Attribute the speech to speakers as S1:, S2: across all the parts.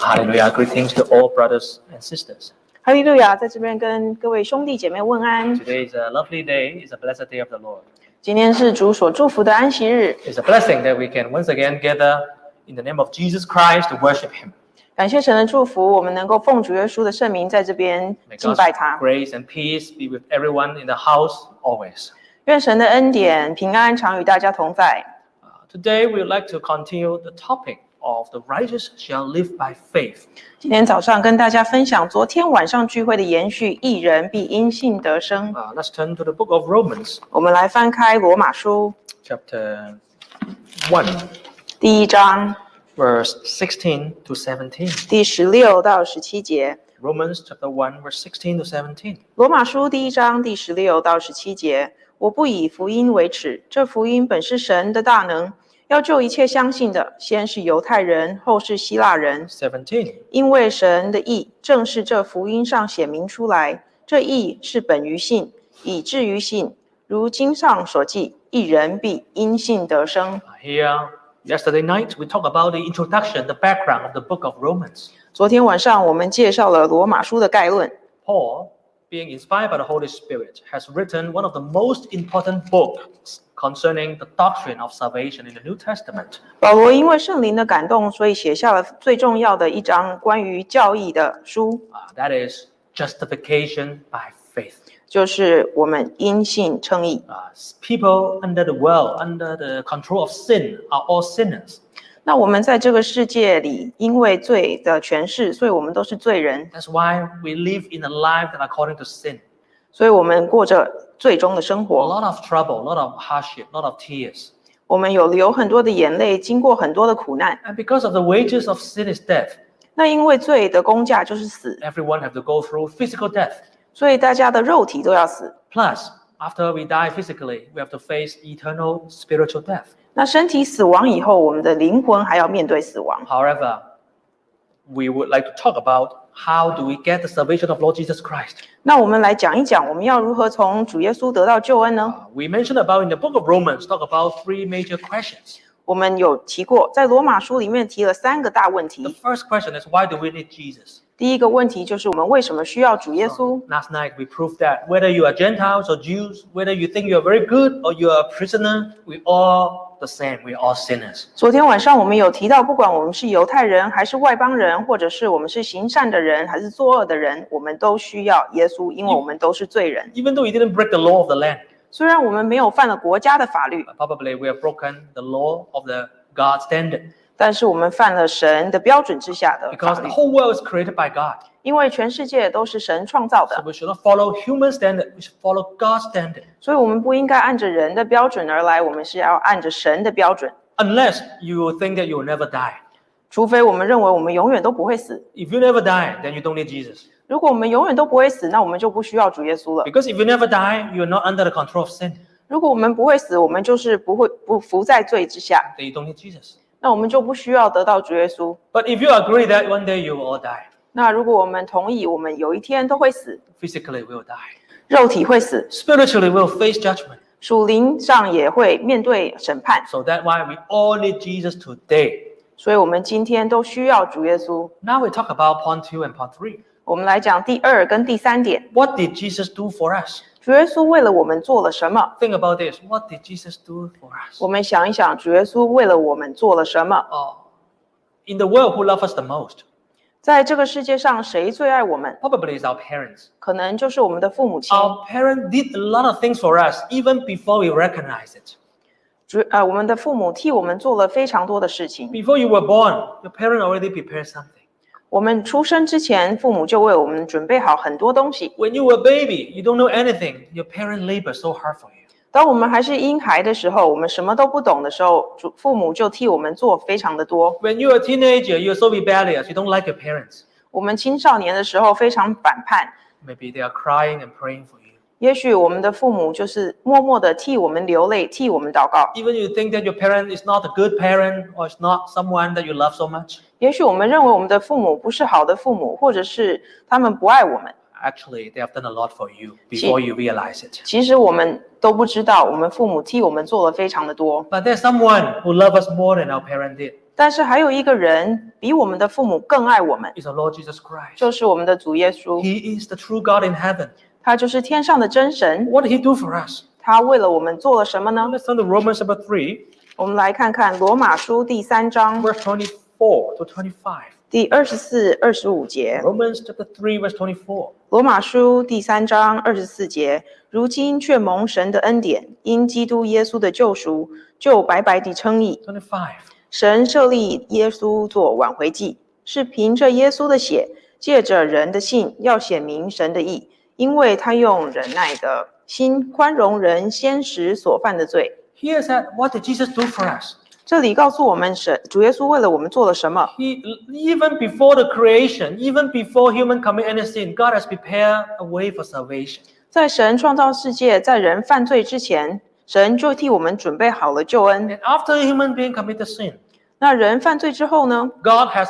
S1: Hallelujah. Greetings to all brothers and sisters.
S2: 哈利路亚，在这边跟各位兄弟姐妹问安。
S1: Today is a uh, lovely day. It's a blessed day of the Lord.
S2: 今天是主所祝福的安息日，
S1: It's a blessing that we can once again gather in the name of Jesus Christ to worship Him.
S2: 感谢神的祝福，我们能够奉主耶稣的圣名在这边
S1: May
S2: 敬
S1: God's
S2: 拜他。
S1: grace and peace be with everyone in the house always.
S2: 愿神的恩典平安常与大家同在。
S1: Uh, today, we would like to continue the topic of the righteous shall live by faith.
S2: 今天早上跟大家分享昨天晚上聚会的延续，一人必因信得生。
S1: Uh, let's turn to the book of Romans,
S2: 我们来翻开罗马书
S1: chapter 1,
S2: 第一章
S1: verse 16 to 17.
S2: 第十六到十七节。
S1: Romans chapter 1, verse 16 to 17.
S2: 罗马书第一章第十六到十七节：我不以福音为耻，这福音本是神的大能，要救一切相信的，先是犹太人，后是希腊人，
S1: 17.
S2: 因为神的义正是这福音上显明出来。这义是本于信，以至于信。如经上所记，一人必因信得生。
S1: Here, yesterday night, we talked about the introduction, the background of the book of Romans.
S2: 昨天晚上我们介绍了罗马书的概论。
S1: Paul, being inspired by the Holy Spirit, has written one of the most important books concerning the doctrine of salvation in the New Testament.
S2: 保罗因为圣灵的感动，所以写下了最重要的一章关于教义的书。
S1: Uh, that is justification by faith.
S2: 就是我们因信称义。
S1: Uh, people under the world, under the control of sin, are all sinners.
S2: 那我们在这个世界里，因为罪的权势，所以我们都是罪人，
S1: That's why we live in a life that according to sin.
S2: 所以我们过着最终的生
S1: A
S2: 活。
S1: lot of trouble, a lot of hardship, a lot of tears.
S2: 我们有流很多的眼泪，经过很多的苦难。
S1: And because of the wages of sin is death,
S2: 那因为罪的工价就是死，
S1: everyone have to go through physical death.
S2: 所以大家的肉体都要死。
S1: Plus, after we die physically, we have to face eternal spiritual death.
S2: 那身体死亡以后，我们的灵魂还要面对死亡。
S1: However, we would like to talk about how do we get the salvation of Lord Jesus Christ.
S2: 那我们来讲一讲，我们要如何从主耶稣得到救恩呢？
S1: Uh, we mentioned about in the book of Romans, talk about three major questions.
S2: 我们有提过，在罗马书里面提了三个大问
S1: The
S2: 题。
S1: first question is why do we need Jesus?
S2: 第一个问题就是我们为什么需要主耶稣？
S1: Last night we proved that whether you are Gentiles or Jews, whether you think you are very good or you are a prisoner, we all the same. We all sinners.
S2: 昨天晚上我们有提到，不管我们是犹太人还是外邦人，或者是我们是行善的人还是作恶的人，我们都需要耶稣，因为我们都是罪人。
S1: Even though you didn't break the law of the land,
S2: 虽然我们没有犯了国家的法律，
S1: but probably we have broken the law of the God standard
S2: 但是我们犯了神的标准之下的
S1: because
S2: 法
S1: the
S2: 律，
S1: whole world is created by God.
S2: 因为全世界都是神创造
S1: So
S2: 的，
S1: we should not follow human standard. We should follow God's standard.
S2: 所以我们不应该按着人的标准而来，我们是要按着神的标准。
S1: Unless you think that you will never die.
S2: 除非我们认为我们永远都不会死，
S1: If you never die, then you don't need Jesus.
S2: 如果我们永远都不会死，那我们就不需要主耶稣了。
S1: Because if you never die, you are not under the control of sin.
S2: 如果我们不会死，我们就是不会不服在罪之下。
S1: Then you don't need Jesus.
S2: 那我们就不需要得到主耶稣。
S1: But if you agree that one day you will all die,
S2: 那如果我们同意，我们有一天都会死，
S1: physically we will die.
S2: 肉体会死，
S1: Spiritually we will face judgment.
S2: 属灵上也会面对审判。
S1: So that's why we all need Jesus today.
S2: 所以，我们今天都需要主耶稣。
S1: Now we talk about point two and point three.
S2: 我们来讲第二跟第三点，
S1: What did Jesus do for us?
S2: 主耶稣为了我们做了什么？
S1: Think about this. What did Jesus do for us?
S2: 我们想一想，主耶稣为了我们做了什么？
S1: Oh, in the world, who love us the most?
S2: 在这个世界上，谁最爱我们？
S1: Probably is our parents.
S2: 可能就是我们的父母亲。
S1: Our parents did a lot of things for us even before we recognize it.
S2: 主呃，我们的父母替我们做了非常多的事情。
S1: Before you were born, your parent already prepared something.
S2: 我们出生之前，父母就为我们准备好很多东西。
S1: When you were a baby, you don't know anything. Your parent labor so hard for you.
S2: 当我们还是婴孩的时候，我们什么都不懂的时候，主父母就替我们做非常的多。
S1: When you're a teenager, you're so rebellious. You don't like your parents.
S2: 我们青少年的时候非常反叛，
S1: Maybe they are crying and praying for you.
S2: 也许我们的父母就是默默的替我们流泪，替我们祷告。
S1: Even you think that your parent is not a good parent or it's not someone that you love so much.
S2: 也许我们认为我们的父母不是好的父母，或者是他们不爱我们。
S1: Actually, they have done a lot for you before you realize it.
S2: 其实我们都不知道，我们父母替我们做了非常的多。
S1: But there's someone who loves us more than our parent did.
S2: 但但是还有一个人比我们的父母更爱我们，
S1: is our Lord Jesus Christ.
S2: 就是我们的主耶稣，
S1: He is the true God in heaven.
S2: 他就是天上的真神。
S1: What did He do for us?
S2: 他为了我们做了什么呢？
S1: Let's turn to Romans chapter 3,
S2: 我们来看看罗马书第三章
S1: verse 24 to 25.
S2: 第二十四、二十五节。
S1: Romans chapter 3, verse 24.
S2: 罗马书第三章二十四节，如今却蒙神的恩典，因基督耶稣的救赎，就白白地称义。
S1: 25.
S2: 神设立耶稣做挽回祭，是凭着耶稣的血，借着人的信，要显明神的义，因为他用忍耐的心宽容人先时所犯的罪。
S1: Here's that what did Jesus do for us?
S2: 这里告诉我们神，主耶稣为了我们做了什么。
S1: He even before the creation, even before human commit any sin, God has prepared a way for salvation.
S2: 在神创造世界，在人犯罪之前，神就替我们准备好了救恩。
S1: And after a human being committed sin,
S2: 那人犯罪之后呢？
S1: God has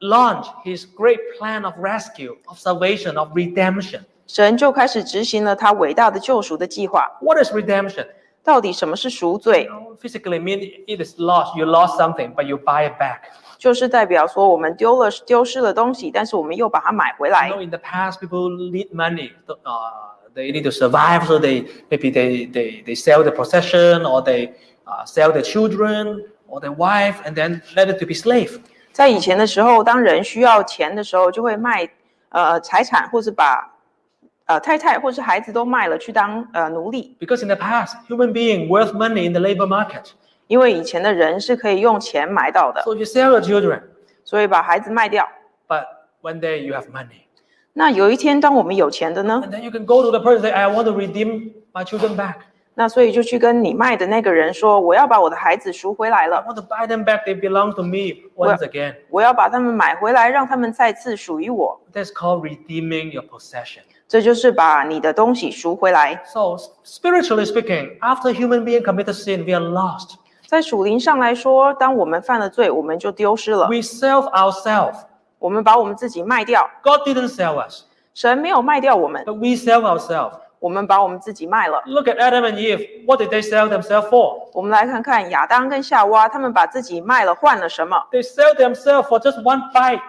S1: launched his great plan of rescue, of salvation, of redemption.
S2: 神就开始执行了他伟大的救赎的计划。
S1: What is redemption?
S2: 到底什么是赎罪？
S1: Physically mean it is lost. You lost something, but you buy it back.
S2: 就是代表说我们丢了丢失了东西，但是我们又把它买回
S1: You
S2: 来
S1: know,。in the past, people need money. Uh, they need to survive, so they maybe they they, they sell the possession, or they uh, sell their children, or their wife, and then let it to be slave.
S2: 在以前的时候，当人需要钱的时候，就会卖呃财产，或是把呃太太或是孩子都卖了去当呃奴隶。
S1: Because in the past, human being worth money in the labor market.
S2: 因为以前的人是可以用钱买到的，
S1: So you sell your children,
S2: 所以把孩子卖掉。
S1: but one day you have money.
S2: 那有一天，当我们有钱的呢？
S1: And then you can go to the person and say, I want to redeem my children back.
S2: 那所以就去跟你卖的那个人说，我要把我的孩子赎回来
S1: I
S2: 了，
S1: want to buy them back. They belong to me once
S2: Well-
S1: again.
S2: 我要把他们买回来，让他们再次属于我。
S1: That's called redeeming your possession.
S2: 这就是把你的东西赎回来。
S1: So s- spiritually speaking, after human being committed sin, we are lost.
S2: 在属灵上来说，当我们犯了罪，我们就丢失了，
S1: We sell ourselves.
S2: 我们把我们自己卖掉。
S1: God didn't sell us,
S2: 神没有卖掉我们，
S1: but we sell ourselves.
S2: 我们把我们自己卖了。
S1: Look at Adam and Eve. What did they sell themselves for?
S2: 我们来看看亚当跟夏娃，他们把自己卖了，换了什么？
S1: They sell themselves for just one bite,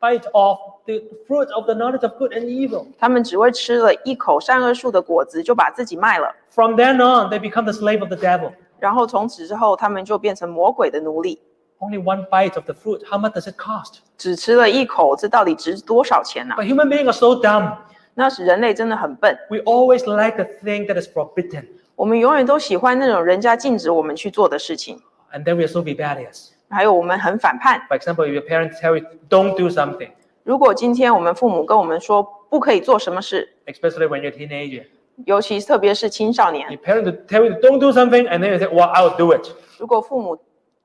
S1: bite of the fruit of the knowledge of good and evil.
S2: 他们只为吃了一口善恶树的果子，就把自己卖了。
S1: From then on, they become the slave of the devil.
S2: 然后从此之后，他们就变成魔鬼的奴隶，
S1: Only one bite of the fruit. How much does it cost?
S2: 只吃了一口，这到底值多少钱啊呢、
S1: But human beings are so dumb.
S2: 那是人类真的很笨，
S1: We always like the thing that is forbidden,
S2: 我们永远都喜欢那种人家禁止我们去做的事情，
S1: and then we are so rebellious.
S2: 还有我们很反叛。
S1: For example, if your parents tell you don't do something,
S2: 如果今天我们父母跟我们说不可以做什么事，
S1: especially when you're a teenager,
S2: 尤其特别是青少年，
S1: your parents tell you don't do something, and then you say, "Well, I'll do it,"
S2: 如果父母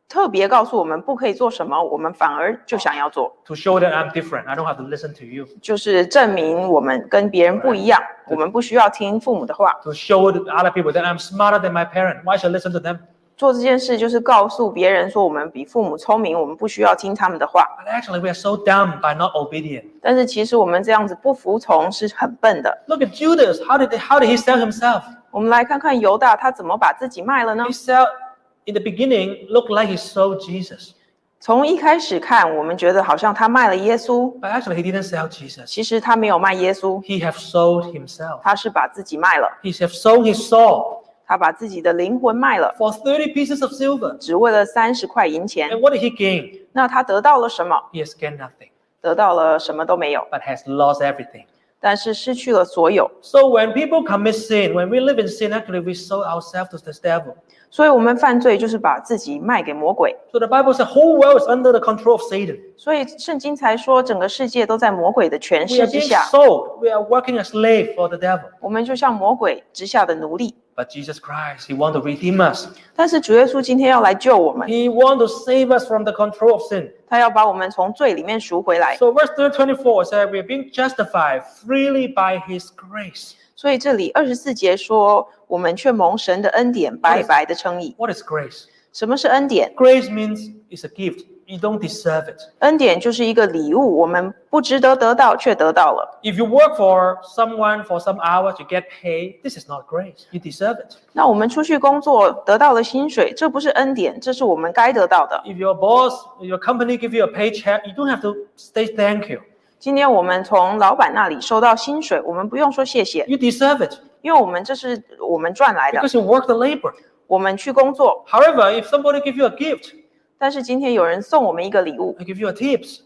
S2: 特别告诉我们不可以做什么，我们反而就想要做，
S1: to show that I'm different. I don't have to listen to you.
S2: 就是证明我们跟别人不一样，我们不需要听父母的话。
S1: To show the other people that I'm smarter than my parents. Why should I listen to them?
S2: 做这件事就是告诉别人说我们比父母聪明，我们不需要听他们的话。
S1: But actually, we are so dumb by not obedient.
S2: 但是其实我们这样子不服从是很笨的。
S1: Look at Judas. How did how did he sell himself?
S2: 我们来看看犹大他怎么把自己卖了呢
S1: He？sell in the beginning looked like he sold Jesus,
S2: 从一开始看，我们觉得好像他卖了耶稣，
S1: but actually he didn't sell Jesus.
S2: 其实他没有卖耶稣，
S1: he have sold himself.
S2: 他是把自己卖了，
S1: He have sold his soul
S2: 他把自己的灵魂卖了，
S1: for 30 pieces of silver.
S2: 只为了三十块银钱。
S1: And what did he gain?
S2: 那他得到了什么？
S1: He has gained nothing,
S2: 得到了什么都没有，
S1: but has lost everything.
S2: 但是失去了所有。
S1: So when people commit sin, when we live in sin, actually we sold ourselves to the devil.
S2: 所以我们犯罪就是把自己卖给魔鬼。
S1: So the Bible says whole world is under the control of Satan.
S2: 所以圣经才说，整个世界都在魔鬼的权
S1: We are
S2: 势之
S1: being
S2: 下，
S1: sold. We are working as slave for the devil.
S2: 我们就像魔鬼之下的奴隶。
S1: But Jesus Christ, He wants to redeem us.
S2: 但是主耶稣今天要来救我们，
S1: He wants to save us from the control of sin.
S2: 他要把我们从罪里面赎回来。
S1: So verse 24 says we are being justified freely by His grace.
S2: 所以这里二十四节说，我们却蒙神的恩典白白的称义。
S1: What is grace?
S2: 什么是恩典？
S1: Grace means it's a gift. you don't deserve it.
S2: 恩典就是一个礼物，我们不值得得到，却得到了。
S1: If you work for someone for some hours, you get paid. This is not grace. You deserve it.
S2: 那我们出去工作得到了薪水，这不是恩典，这是我们该得到的。
S1: If your boss, your company give you a paycheck, you don't have to say thank you.
S2: 今天我们从老板那里收到薪水，我们不用说谢谢，
S1: You deserve it
S2: 因为我们这是我们赚来的，
S1: because you work the labor.
S2: 我们去工作。
S1: However, if somebody give you a gift,
S2: 但是今天有人送我们一个礼物，
S1: they give you a tips,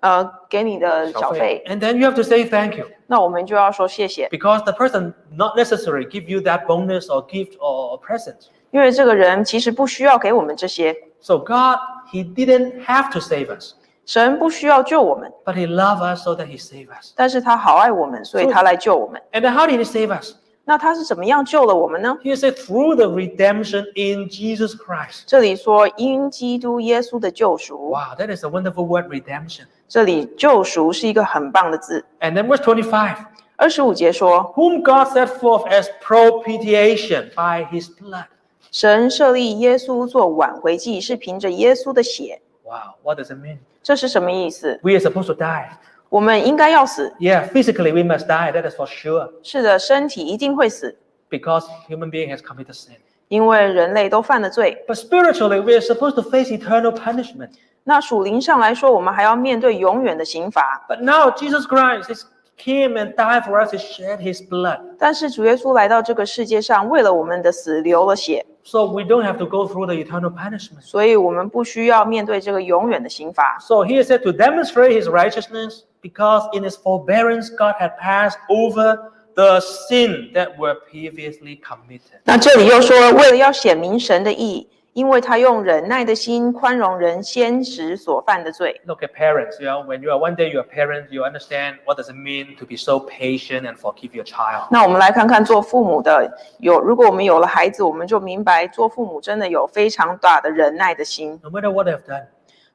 S2: 呃，给你的小费，
S1: and then you have to say thank you
S2: 那我们就要说谢谢，
S1: because the person not necessarily give you that bonus or gift or present.
S2: 因为这个人其实不需要给我们这些，
S1: So God, He didn't have to save us,
S2: 神不需要救我们，
S1: but He loved us so that He saved us.
S2: 但是他好爱我们，所以他来救我们。
S1: And then how did He save us?
S2: 那他是怎么样救了我们呢？
S1: He said through the redemption in Jesus Christ.
S2: 这里说因基督耶稣的救赎，
S1: Wow, that is a wonderful word, redemption.
S2: 这里救赎是一个很棒的字。
S1: And then verse 25,
S2: 二十五节说，
S1: whom God set forth as propitiation by His blood.
S2: 神设立耶稣做挽回祭，是凭着耶稣的血。
S1: Wow, what does it mean?
S2: 这是什么意思？
S1: We are supposed to die.
S2: 我们应该要死，
S1: Yeah, physically we must die, that is for sure,
S2: 是的，身体一定会死，
S1: because human being has committed sin.
S2: 因为人类都犯了罪。
S1: But spiritually, we are supposed to face eternal punishment.
S2: 那属灵上来说，我们还要面对永远的刑罚。
S1: But now Jesus Christ is came and died for us, he shed his blood.
S2: 但是主耶稣来到这个世界上，为了我们的死流了血，
S1: So we don't have to go through the eternal punishment.
S2: 所以我们不需要面对这个永远的刑罚。
S1: So he is said to demonstrate his righteousness because in his forbearance God had passed over the sin that were previously committed.
S2: 那这里又说，为了要显明神的义，因为他用忍耐的心宽容人先时所犯的罪。
S1: Look at parents, you know, when you are one day you're a parent, you understand what does it mean to be so patient and forgive your child.
S2: 那我们来看看做父母的有，如果我们有了孩子，我们就明白做父母真的有非常大的忍耐的心。
S1: No matter what they have done,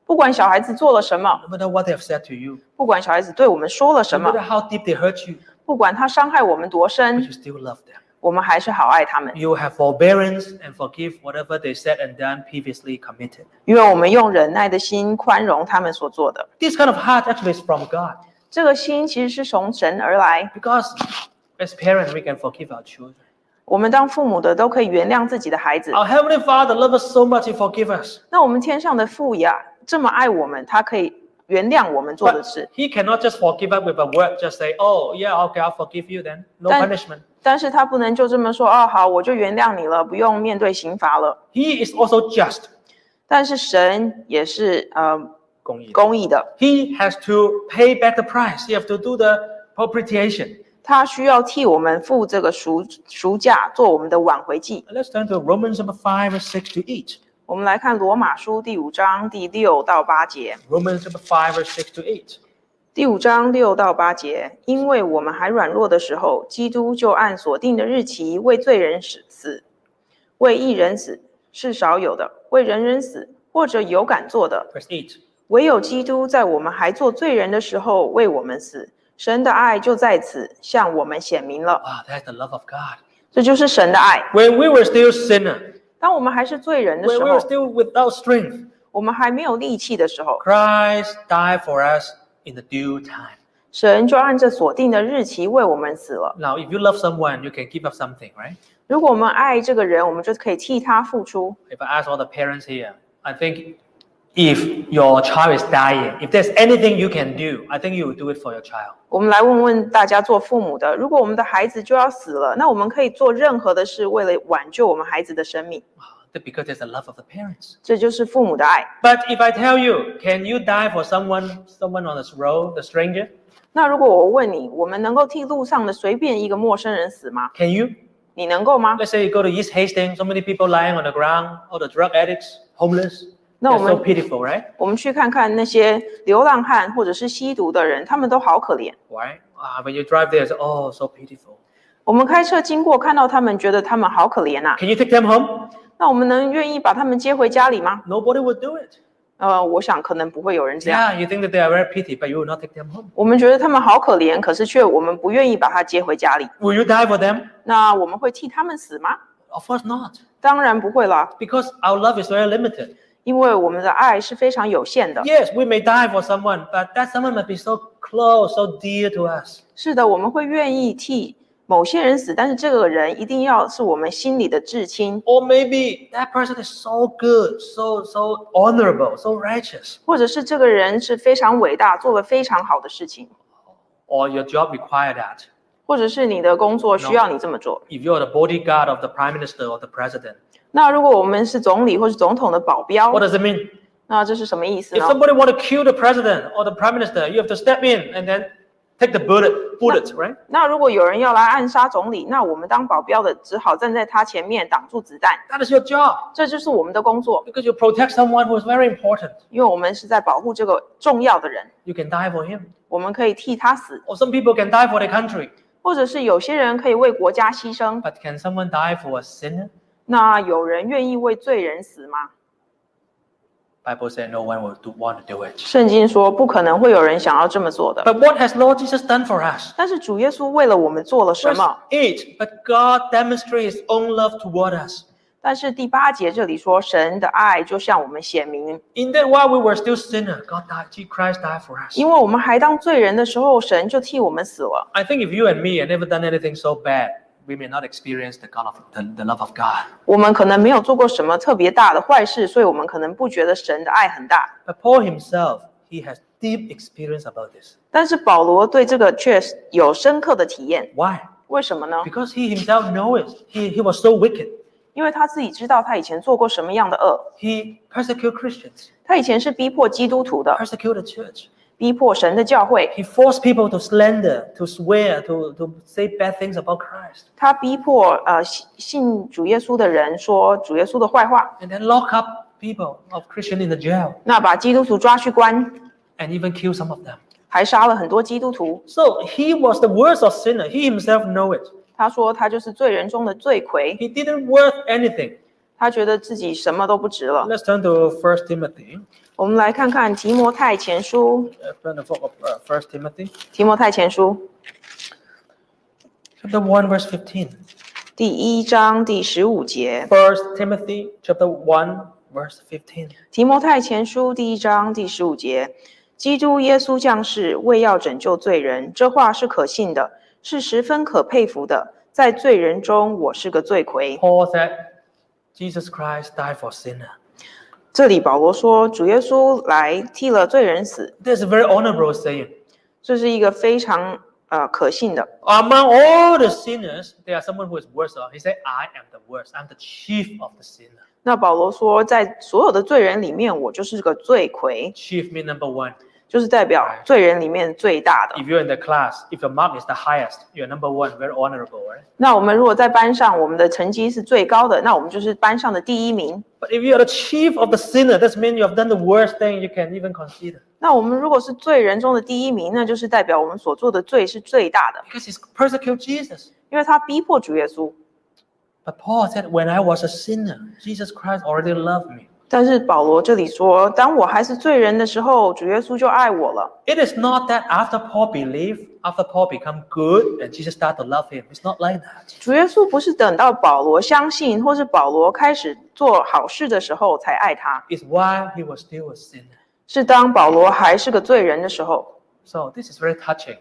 S2: 不管小孩子做了什么，
S1: no matter what they have said to you,
S2: 不管小孩子对我们说了
S1: no
S2: 什么
S1: matter，how deep they hurt you,
S2: 不管他伤害我们多
S1: but
S2: 深
S1: you，still love them.
S2: 我们还是好爱他们，
S1: You have forbearance and forgive whatever they said and done previously committed.
S2: 因为我们用忍耐的心宽容他们所做的。
S1: This kind of heart actually is from God
S2: 这个心其实是从神而来。
S1: because as parents we can forgive our children.
S2: 我们当父母的都可以原谅自己的孩子。
S1: Our Heavenly Father loves us so much, He forgives us.
S2: 那我们天上的父呀，这么爱我们，他可以原谅我们做的
S1: But
S2: 事，
S1: He cannot just forgive us with a word, just say, oh, yeah, okay, I'll forgive you then. No
S2: But-
S1: punishment.
S2: 但是他不能就这么说哦，好，我就原谅你了，不用面对刑罚了。
S1: He is also just.
S2: 但是神也是呃
S1: 公义。
S2: 公义的，
S1: He has to pay back the price. He has to do the propitiation.
S2: 他需要替我们付这个赎赎价，做我们的挽回祭。
S1: Let's turn to Romans number 5 and 6 to eat.
S2: 我们来看罗马书第五章第六到八节。
S1: Romans number 5 verse 6 to 8.
S2: 第五章六到八节，因为我们还软弱的时候，基督就按所定的日期为罪人死死，为一人死是少有的，为人人死或者有敢做的，
S1: Verse 8.
S2: 唯有基督在我们还做罪人的时候为我们死。神的爱就在此向我们显明了，
S1: Wow, Ah, that's the love of God.
S2: 这就是神的爱。
S1: When we were still sinner,
S2: 当我们还是罪人的
S1: when
S2: 时
S1: we were
S2: 候，
S1: still without strength,
S2: 我们还没有力气的时候，
S1: Christ died for us in the due time.
S2: 神就按着所定的日期为我们死了。
S1: Now, if you love someone, you can give up something, right?
S2: 如果我们爱这个人，我们就可以替他付出。
S1: If I ask all the parents here, I think if your child is dying, if there's anything you can do, I think you will do it for your child.
S2: 我们来问问大家，做父母的，如果我们的孩子就要死了，那我们可以做任何的事，为了挽救我们孩子的生命，
S1: Wow, because there's the love of the parents.
S2: 这就是父母的爱。
S1: But if I tell you, can you die for someone, someone on this road, the stranger?
S2: 那如果我问你，我们能够替路上的随便一个陌生人死吗？
S1: Can you?
S2: 你能够吗？
S1: Let's say you go to East Hastings, so many people lying on the ground, all the drug addicts, homeless.
S2: No,
S1: That's so
S2: man.
S1: pitiful, right?
S2: 我们去看看那些流浪汉或者是吸毒的人，他们都好可怜。
S1: Why? Ah, when you drive there, it's oh, so pitiful.
S2: 我们开车经过，看到他们，觉得他们好可怜呐、啊
S1: Can you take them home?
S2: 那我们能愿意把他们接回家里吗？
S1: Nobody would do it.
S2: 呃，我想可能不会有人这样。
S1: Yeah, you think that they are very pity, but you will not take them home.
S2: 我们觉得他们好可怜，可是却我们不愿意把他接回家里。
S1: Will you die for them?
S2: 那我们会替他们死吗？
S1: Of course not,
S2: 当然不会啦，
S1: because our love is very limited.
S2: 因因为我们的爱是非常有限的。
S1: Yes, we may die for someone, but that someone might be so close, so dear to us.
S2: 是的，我们会愿意替某些人死，但是这个人一定要是我们心里的至亲，
S1: Or maybe that person is so good, so so honorable, so righteous.
S2: 或者是这个人是非常伟大，做了非常好的事情，
S1: Or your job require that.
S2: 或者是你的工作需要你这么做。
S1: If you're the bodyguard of the prime minister or the president,
S2: 那如果我们是总理或是总统的保镖
S1: what，does it mean?
S2: 那这是什么意思
S1: If
S2: 呢？
S1: somebody want to kill the president or the prime minister, you have to step in and then take the bullet, bullet, right?
S2: 那如果有人要来暗杀总理，那我们当保镖的只好站在他前面挡住子弹，
S1: That is your job
S2: 这就是我们的工作，
S1: because you protect someone who is very important.
S2: 因为我们是在保护这个重要的人，
S1: You can die for him.
S2: 我们可以替他死，
S1: Or some people can die for their country,
S2: 或者是有些人可以为国家牺牲。
S1: but can someone die for a sinner?
S2: 那有人愿意为罪人死吗？
S1: Bible said no one will do, want to do it.
S2: 圣经说不可能会有人想要这么做的。
S1: But what has Lord Jesus done for us?
S2: 但是主耶稣为了我们做了什
S1: Verse
S2: 么？
S1: 8, but God demonstrates his own love toward us.
S2: 但是第八节这里说，神的爱就向我们显明，
S1: In that while we were still sinners, God died, Jesus Christ died for us.
S2: 因为我们还当罪人的时候，神就替我们死了。
S1: I think if you and me had never done anything so bad, we may not experience the, God of, the, the love of God.
S2: 我们可能没有做过什么特别大的坏事，所以我们可能不觉得神的爱很大。
S1: But Paul himself, he has deep experience about this.
S2: 但是保罗对这个却有深刻的体验，
S1: Why?
S2: 为什么呢？
S1: Because he himself knows it. He, he was so wicked.
S2: 因为他自己知道他以前做过什么样的恶，
S1: He persecuted Christians,
S2: 他以前是逼迫基督徒的，
S1: persecuted the church.
S2: 逼迫神的教会，
S1: He forced people to slander, to swear, to, to say bad things about Christ,
S2: 他逼迫呃信信主耶稣的人说主耶稣的坏话，
S1: and then lock up people of Christian in the jail
S2: 那把基督徒抓去关，
S1: and even kill some of them.
S2: 还杀了很多基督徒。
S1: So he was the worst of sinner. He himself know it.
S2: 他说他就是罪人中的罪魁，
S1: He didn't worth anything.
S2: 他觉得自己什么都不值了。
S1: Let's turn to First Timothy.
S2: 我们来看看提摩太前书，
S1: Uh, turn to book of, uh, First Timothy,
S2: 提摩太前书
S1: chapter one, verse fifteen.
S2: 第一章第十五节，
S1: First Timothy, chapter one, verse fifteen.
S2: 提摩太前书第一章第十五节，基督耶稣降世，为要拯救罪人，这话是可信的，是十分可佩服的。在罪人中，我是个罪魁。
S1: Paul said, "Jesus Christ died for sinner."
S2: 这里保罗说，主耶稣来替了罪人死，
S1: This is a very honorable saying.
S2: 这是一个非常呃可信的。
S1: Among all the sinners, there are someone who is worse off. He said, "I am the worst. I'm the chief of the sinner."
S2: 那保罗说，在所有的罪人里面，我就是个罪魁，
S1: Chief means number one.
S2: 就是代表罪人里面最大的。
S1: If you're in the class, if your mark is the highest, you're number one. Very honorable, right?
S2: 那我们如果在班上，我们的成绩是最高的，那我们就是班上的第一名。
S1: But if you are the chief of the sinner, that means you have done the worst thing you can even consider.
S2: 那我们如果是罪人中的第一名，那就是代表我们所做的罪是最大的，
S1: Because he's persecute Jesus.
S2: 因为他逼迫主耶稣。
S1: But Paul said, When I was a sinner, Jesus Christ already loved me.
S2: 但是保罗这里说，当我还是罪人的时候，主耶稣就爱我了。
S1: It is not that after Paul believed, after Paul become good, and Jesus started to love him. It's not like that.
S2: 主耶稣不是等到保罗相信，或是保罗开始做好事的时候才爱他，
S1: It's while he was still a sinner.
S2: 是当保罗还是个罪人的时候。
S1: So this is very touching.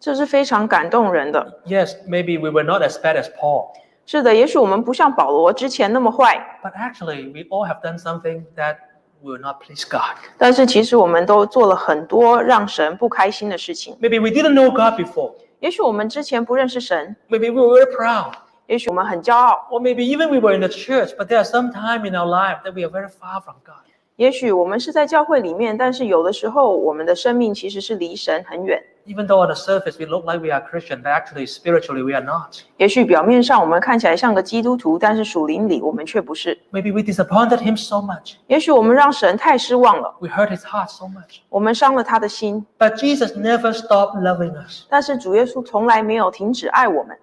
S2: 这是非常感动人的。
S1: Yes, maybe we were not as bad as Paul,
S2: 是的，也许我们不像保罗之前那么坏，
S1: but actually we all have done something that will not please God.
S2: 但是其实我们都做了很多让神不开心的事情。
S1: Maybe we didn't know God before.
S2: 也许我们之前不认识神，
S1: Maybe we were very proud.
S2: 也许我们很骄傲，
S1: Or maybe even we were in the church, but there are some time in our life that we are very far from God.
S2: 也许我们是在教会里面，但是有的时候我们的生命其实是离神很远。
S1: Even though on the surface we look like we are Christian, but actually spiritually we are not.
S2: 也许表面上我们看起来像个基督徒，但是属灵里我们却不是。
S1: Maybe we disappointed him so much.
S2: 也许我们让神太失望了，
S1: We hurt his heart so much.
S2: 我们伤了他的心。
S1: But Jesus never stopped loving us,
S2: 但是主耶稣从来没有停止爱我们。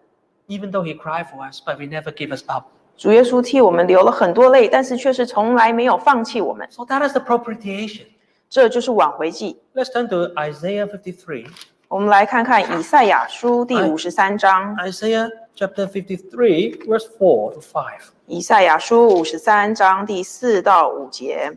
S1: even though he cried for us, but we never gave us up.
S2: 主耶稣替我们流了很多泪，但是却是从来没有放弃我们。
S1: So that is the propitiation.
S2: 这就是挽回祭。
S1: Let's turn to Isaiah 53.
S2: 我们来看看以赛亚书第五十三章，
S1: Isaiah chapter 53, verse 4 to 5.
S2: 以赛亚书五十三章第四到五节。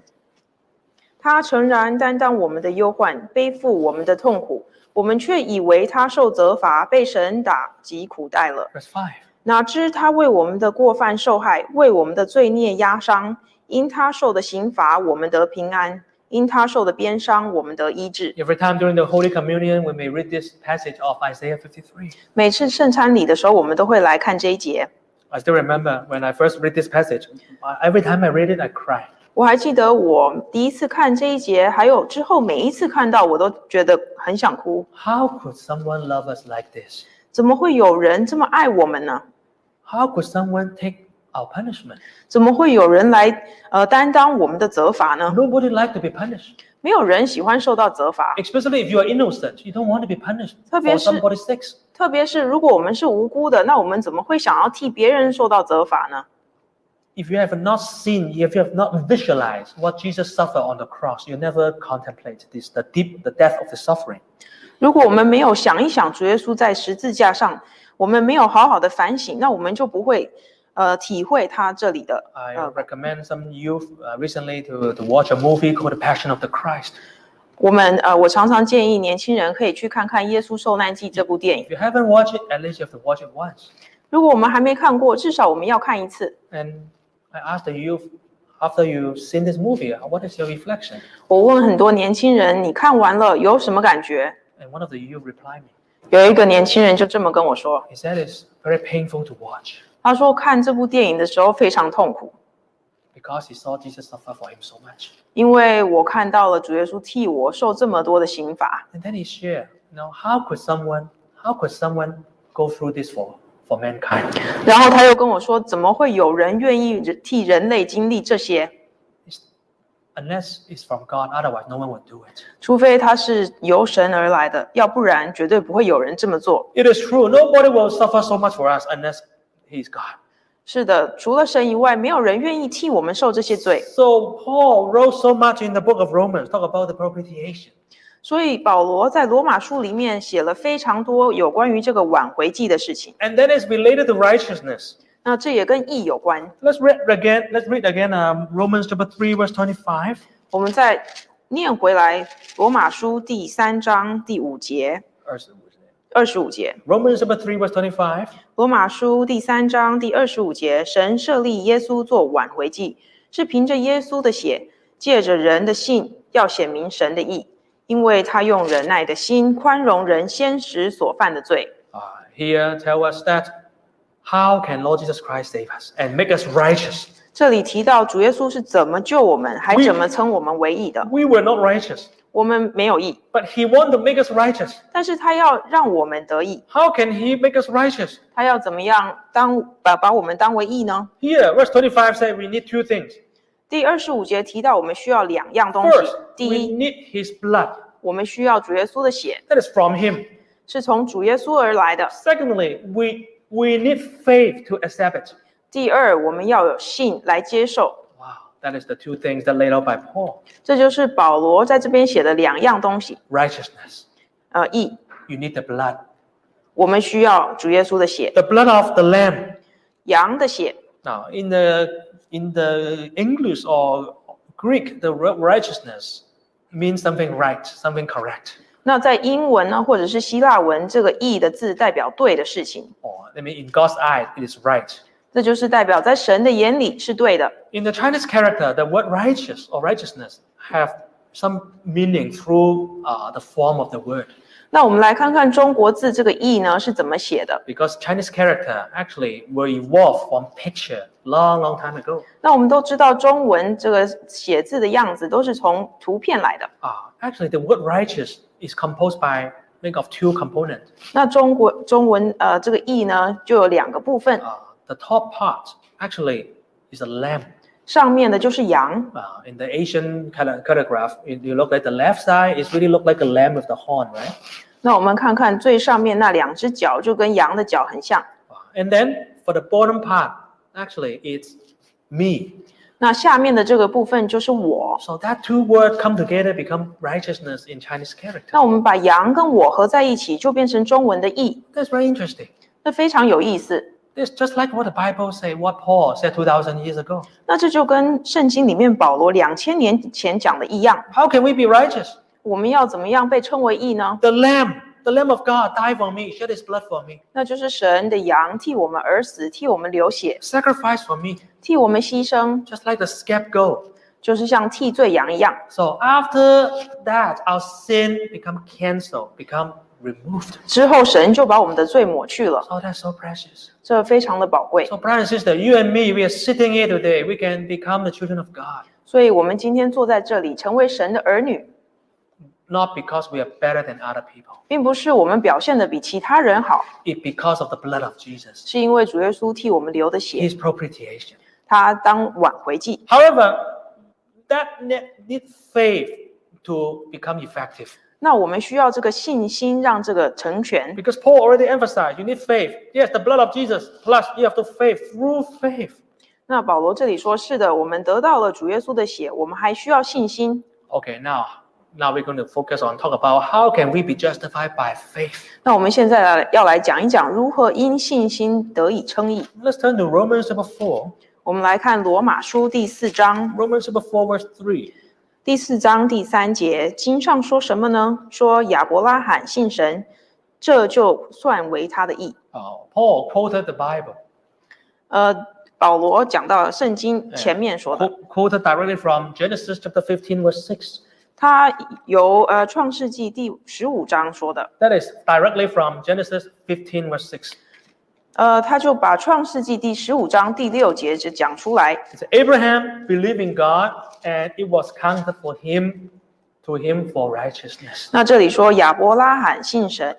S2: 他诚然担当我们的忧患，背负我们的痛苦，我们却以为他受责罚，被神打击苦待了。
S1: Verse 5.
S2: 哪知他为我们的过犯受害，为我们的罪孽压伤。因他受的刑罚，我们得平安；因他受的鞭伤，我们得医治。
S1: Every time during the Holy Communion, we may read this passage of Isaiah 53.
S2: 每次圣餐礼的时候，我们都会来看这一节。
S1: I still remember when I first read this passage, I- every time I read it, I cry.
S2: 我还记得我第一次看这一节，还有之后每一次看到，我都觉得很想哭。
S1: How could someone love us like this?
S2: 怎么会有人这么爱我们呢？
S1: How could someone take our punishment?
S2: 怎么会有人来呃担当我们的责罚呢？
S1: Nobody likes to be punished,
S2: 没有人喜欢受到责罚，
S1: especially if you are innocent. You don't want to be punished for
S2: 特别是-
S1: somebody's sakes.
S2: 特别是如果我们是无辜的，那我们怎么会想要替别人受到责罚呢？
S1: If you have not seen, if you have not visualized what Jesus suffered on the cross, you never contemplate this, the deep, the depth of the suffering.
S2: 如果我们没有想一想主耶稣在十字架上，我们没有好好的反省，那我们就不会呃体会他这里的
S1: I
S2: 呃
S1: recommend some youth uh, recently to, to watch a movie called The Passion of the Christ.
S2: 我们呃，我常常建议年轻人可以去看看《耶稣受难记》这部电影
S1: If。you haven't watched it, at least you have to watch it once.
S2: 如果我们还没看过，至少我们要看一次。
S1: And I asked the youth, after you've seen this movie, uh, what is your reflection?
S2: 我问很多年轻人，你看完了有什么感觉？
S1: And one of the youth replied me,
S2: 有一个年轻人就这么跟我说，
S1: he said it's very painful to watch
S2: 他说看这部电影的时候非常痛苦，
S1: because he saw Jesus suffer for him so much.
S2: 因为我看到了主耶稣替我受这么多的刑罚。
S1: And then he shared, you know, how could someone, how could someone go through this for, for mankind?
S2: 然后他又跟我说，怎么会有人愿意人替人类经历这些？
S1: It's, unless it's from God, otherwise no one would do it.
S2: 除非他是由神而来的，要不然绝对不会有人这么做。
S1: It is true, nobody will suffer so much for us unless he is God.
S2: 是的，除了神以外，没有人愿意替我们受这些罪。
S1: So Paul wrote so much in the book of Romans, talk about the propitiation.
S2: 所以保罗在罗马书里面写了非常多有关于这个挽回祭的事情。
S1: And then it's related to righteousness.
S2: 那这也跟义有关。
S1: Let's read again. Let's read again. Um, Romans chapter three, verse twenty-five.
S2: 我们再念回来，罗马书第三章第五节、二十五节。
S1: Romans chapter three, verse twenty-five.
S2: 罗马书第三章第二十五节，神设立耶稣做挽回祭，是凭着耶稣的血，借着人的信，要显明神的义，因为他用忍耐的心宽容人先时所犯的罪。
S1: Uh, here tell us that how can Lord Jesus Christ save us and make us righteous?
S2: 这里提到主耶稣是怎么救我们，还怎么称我们为义的。
S1: We were not righteous,
S2: 我们没有义，
S1: but He wanted to make us righteous.
S2: 但是他要让我们得义，
S1: How can He make us righteous?
S2: 他要怎么样当把把我们当为义呢？
S1: Here, verse twenty-five says we need two things.
S2: 第二十五节提到我们需要两样东西
S1: First,，
S2: 第
S1: we
S2: 一，
S1: need His blood.
S2: 我们需要主耶稣的血，
S1: That is from Him.
S2: 是从主耶稣而来的；
S1: Secondly, we we need faith to accept it.
S2: 第二，我们要有信来接受。
S1: Wow, that is the two things that laid out by Paul.
S2: 这就是保罗在这边写的两样东西，
S1: Righteousness.
S2: 呃，义，
S1: You need the blood.
S2: 我们需要主耶稣的血，
S1: The blood of the lamb.
S2: 羊的血。
S1: Now, in the in the English or Greek, the word righteousness means something right, something correct.
S2: 那在英文呢，或者是希腊文，这个“义”的字代表对的事情，
S1: Or I mean, in God's eyes, it is right.
S2: 这就是代表在神的眼里是对的。
S1: In the Chinese character, the word righteous or righteousness have some meaning through uh, the form of the word.
S2: 那我们来看看中国字这个“义”呢是怎么写的。
S1: Because Chinese character actually were evolved from picture long, long time ago.
S2: 那我们都知道中文这个写字的样子都是从图片来的。
S1: Uh, actually, the word righteous is composed by make of two components.
S2: 那中国中文呃这个“义”呢就有两个部分，
S1: Uh, the top part actually is a lamb.
S2: 上面的就是羊，
S1: Uh, in the Asian cata- cartograph, if you look at the left side, it really look like a lamb with the horn, right?
S2: 那我们看看最上面那两只脚就跟羊的脚很像。
S1: Uh, and then for the bottom part, actually, it's me.
S2: 那下面的这个部分就是我。
S1: So that two words come together become righteousness in Chinese character.
S2: 那我们把羊跟我合在一起，就变成中文的“义
S1: That's very interesting. ”，
S2: 那非常有意思。
S1: It's just like what the Bible say, what Paul said 2,000 years ago.
S2: 那这就跟圣经里面保罗两千年前讲的一样，
S1: How can we be righteous?
S2: 我们要怎么样被称为义呢？
S1: The Lamb, the Lamb of God died for me, shed his blood for me,
S2: 那就是神的羊替我们而死，替我们流血，
S1: sacrificed for me,
S2: 替我们牺牲，
S1: just like the scapegoat.
S2: 就是像替罪羊一样。
S1: So after that, our sin become canceled, become removed.
S2: 之后，神就把我们的罪抹去了，
S1: Oh, that's so precious.
S2: 这非常的宝贵。
S1: So, brothers and sisters, you and me, we are sitting here today. We can become the children of God,
S2: 所以，我们今天坐在这里，成为神的儿女，
S1: not because we are better than other people.
S2: 并不是我们表现的比其他人好，
S1: It's because of the blood of Jesus,
S2: 是因为主耶稣替我们流的血，
S1: His propitiation.
S2: 他当挽回祭。
S1: However, that ne- need faith to become effective.
S2: 那我们需要这个信心，让这个成全。
S1: Because Paul already emphasized, you need faith. Yes, the blood of Jesus, plus you have to faith through faith.
S2: 那保罗这里说：“是的，我们得到了主耶稣的血，我们还需要信心。
S1: Okay, now now we're going to focus on talk about how can we be justified by faith. ”
S2: 那我们现在来要来讲一讲如何因信心得以称义。
S1: Let's turn to Romans chapter 4.
S2: 我们来看罗马书第四章，
S1: Romans chapter 4, verse 3.
S2: 第四章第三节，经上说什么呢？说亚伯拉罕信神，这就算为他的义。
S1: Uh, Paul quoted the Bible,
S2: 呃，保罗讲到圣经前面说的，
S1: qu- quoted directly from Genesis chapter 15, verse 6.
S2: 他由呃创世纪第十五章说的，
S1: That is directly from Genesis 15, verse 6.
S2: 呃，他就把创世纪第十五章第六节就讲出来。
S1: It's Abraham believed in God, and it was counted for him to him for righteousness.
S2: 那这里说亚伯拉罕信神，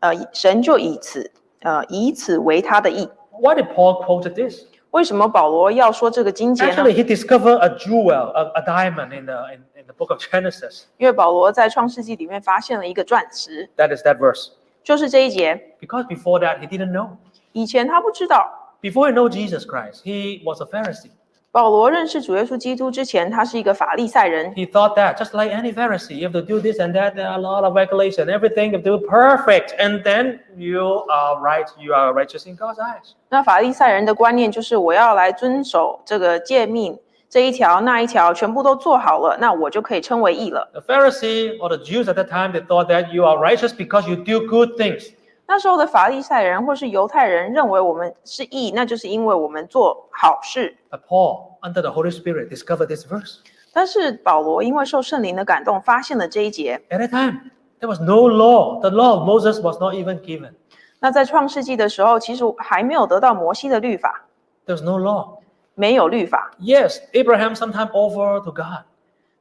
S2: 呃，神就以此呃以此为他的义。
S1: Why did Paul quote this?
S2: 为什么保罗要说这个经节呢？
S1: Actually, he discovered a jewel, a, a diamond in the in, in the book of Genesis.
S2: 因为保罗在创世纪里面发现了一个钻石，
S1: That is that verse.
S2: 就是这一节。
S1: Because before that, he didn't know.
S2: 以前他不知道，
S1: Before he know Jesus Christ, he was a Pharisee.
S2: 保罗认识主耶稣基督之前，他是一个法利赛人。
S1: He thought that just like any Pharisee, you have to do this and that. There are a lot of regulation. Everything you have to do perfect, and then you are right. You are righteous in God's eyes.
S2: 那法利赛人的观念就是，我要来遵守这个诫命，这一条那一条全部都做好了，那我就可以称为义了。
S1: The Pharisee or the Jews at that time, they thought that you are righteous because you do good things.
S2: 那时候的法利赛人或是犹太人认为我们是义，那就是因为我们做好事。
S1: But Paul, under the Holy Spirit, discovered this verse.
S2: 但是保罗因为受圣灵的感动，发现了这一节。
S1: At that time, there was no law. The law of Moses was not even given.
S2: 那在创世纪的时候，其实还没有得到摩西的律法，
S1: There was no law.
S2: 没有律法。
S1: Yes, Abraham sometimes offered to God,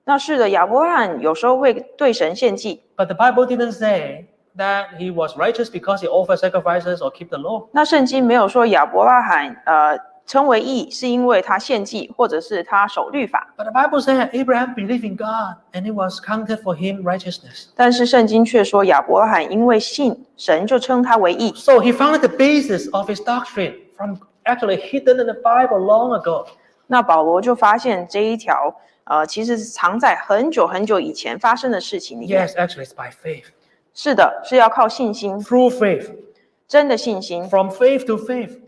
S2: 那是的，亚伯拉罕有时候会对神献祭，
S1: but the Bible didn't say that he was righteous because he offered sacrifices or keep the law.
S2: 那圣经没有说亚伯拉罕呃称为义是因为他献祭或者是他守律法，
S1: But the Bible said Abraham believed in God and it was counted for him righteousness.
S2: 但是圣经却说亚伯拉罕因为信神就称他为义，
S1: So he found the basis of his doctrine from actually hidden in the Bible long ago.
S2: 那保罗就发现这一条呃其实是藏在很久很久以前发生的事情里面。
S1: Yes, actually, it's by faith.
S2: 是的，是要靠信心，
S1: Through faith.
S2: 真的信心，
S1: From faith to faith.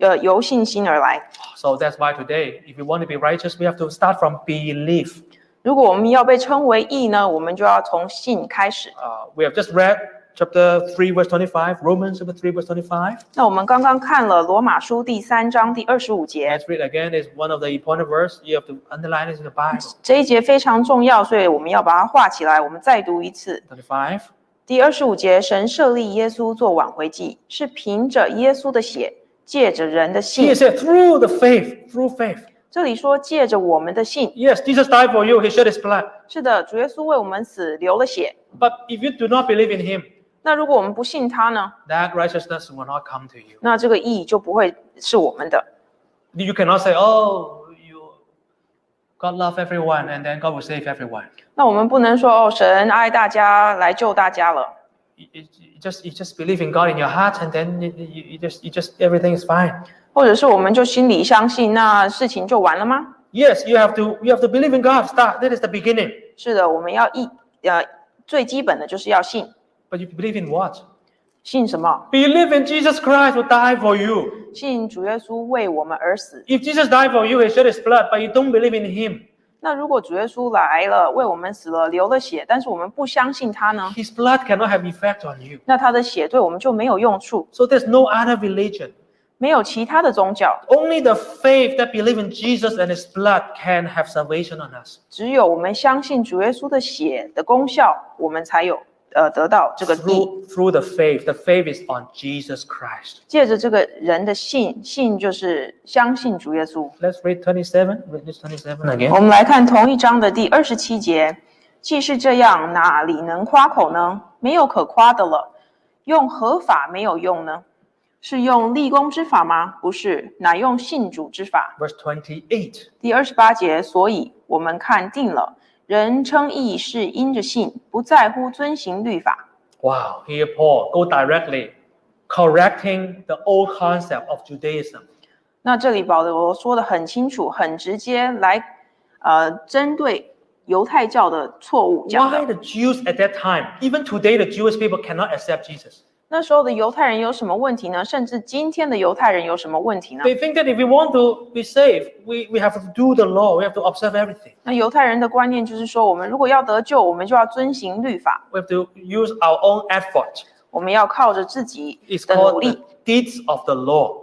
S2: 呃由信心而来。
S1: So that's why today, if we want to be righteous, we have to start from belief.
S2: 如果我们要被称为义呢，我们就要从信开始。
S1: Uh, we have just read chapter 3, verse 25, Romans chapter 3, verse 25.
S2: 那我们刚刚看了罗马书第三章第二十五节，
S1: Let's read again. It's one of the important verse. You have to underline it in the Bible.
S2: 这一节非常重要，所以我们要把它画起来。我们再读一次
S1: 25.
S2: 第二十五节：神设立耶稣做挽回祭，是凭着耶稣的血，借着人的
S1: He
S2: 信。
S1: said, through the faith, through faith.
S2: 这里说借着我们的信，
S1: Yes, Jesus died for you. He shed his blood.
S2: 是的，主耶稣为我们死，流了血。
S1: But if you do not believe in him,
S2: 那如果我们不信他呢？
S1: that righteousness will not come to you.
S2: 那这个义就不会是我们的。
S1: You cannot say, oh, you, God love everyone and then God will save everyone.
S2: 那我们不能说哦，神爱大家，来救大家了。
S1: You, you- you just you just believe in God in your heart and then you, you, you just you just everything is fine.
S2: 或者是我们就心里相信，那事情就完了吗？
S1: Yes, you have to you have to believe in God. Start that is the beginning.
S2: 是的，我们要义，呃，最基本的就是要信。
S1: But you believe in what?
S2: 信什么？
S1: Believe in Jesus Christ who died for you.
S2: 信主耶稣为我们而死。
S1: If Jesus died for you, he shed his blood, but you don't believe in him,
S2: 那如果主耶稣来了，为我们死了，流了血，但是我们不相信他呢？
S1: his blood cannot have effect on you.
S2: 那他的血对我们就没有用处。
S1: So there's no other religion.
S2: 没有其他的宗教，
S1: Only the faith that believe in Jesus and his blood can have salvation on us.
S2: 只有我们相信主耶稣的血的功效，我们才有呃得到这个义。
S1: Through, through the faith. The faith is on Jesus Christ.
S2: 借着这个人的信，信就是相信主耶稣。
S1: Let's read 27. Read this 27
S2: 我
S1: again.
S2: 们来看同一章的第二十七节，既是这样，哪里能夸口呢？没有可夸的了。用合法没有用呢？是用立功之法吗？不是，乃用信主之法。
S1: Verse 28.
S2: 第二十八节，所以我们看定了，人称义是因着信，不在乎遵行律法。
S1: Wow, here Paul go directly correcting the old concept of Judaism.
S2: 那这里保罗说的很清楚，很直接来，呃，针对犹太教的错误讲
S1: Why
S2: 的。
S1: the Jews at that time, even today, the Jewish people cannot accept Jesus.
S2: 那时候的犹太人有什么问题呢？甚至今天的犹太人有什么问题呢？
S1: They think that if we want to be saved, we, we have to do the law, we have to observe everything.
S2: 那犹太人的观念就是说，我们如果要得救，我们就要遵行律法，
S1: We have to use our own effort.
S2: 我们要靠着自己
S1: It's
S2: 的努
S1: called
S2: 力
S1: the，deeds of the law.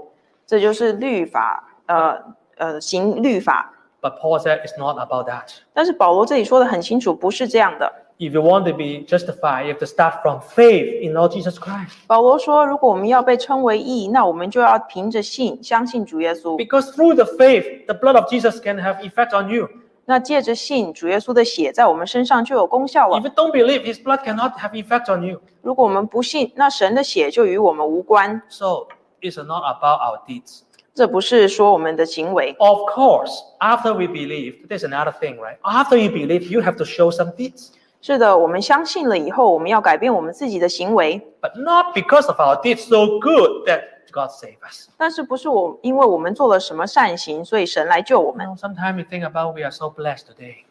S2: 这就是律法，呃呃，行律法
S1: But Paul said it's not about that.
S2: 但是保罗这里说的很清楚，不是这样的。
S1: If you want to be justified, you have to start from faith in Lord Jesus Christ.
S2: 保罗说，如果我们要被称为义，那我们就要凭着信相信主耶稣。
S1: Because through the faith, the blood of Jesus can have effect on you.
S2: 那借着信，主耶稣的血在我们身上就有功效
S1: If
S2: 了。
S1: you don't believe, his blood cannot have effect on you.
S2: 如果我们不信，那神的血就与我们无关。
S1: So it's not about our deeds.
S2: 这不是说我们的行为。
S1: Of course, after we believe, there's another thing, right? After you believe, you have to show some deeds.
S2: 是的，我们相信了以后，我们要改变我们自己的行为，
S1: But not because of our deeds so good that God save us.
S2: 但是不是我因为我们做了什么善行，所以神来救我
S1: You
S2: 们。
S1: know, sometimes we think about we are so blessed today.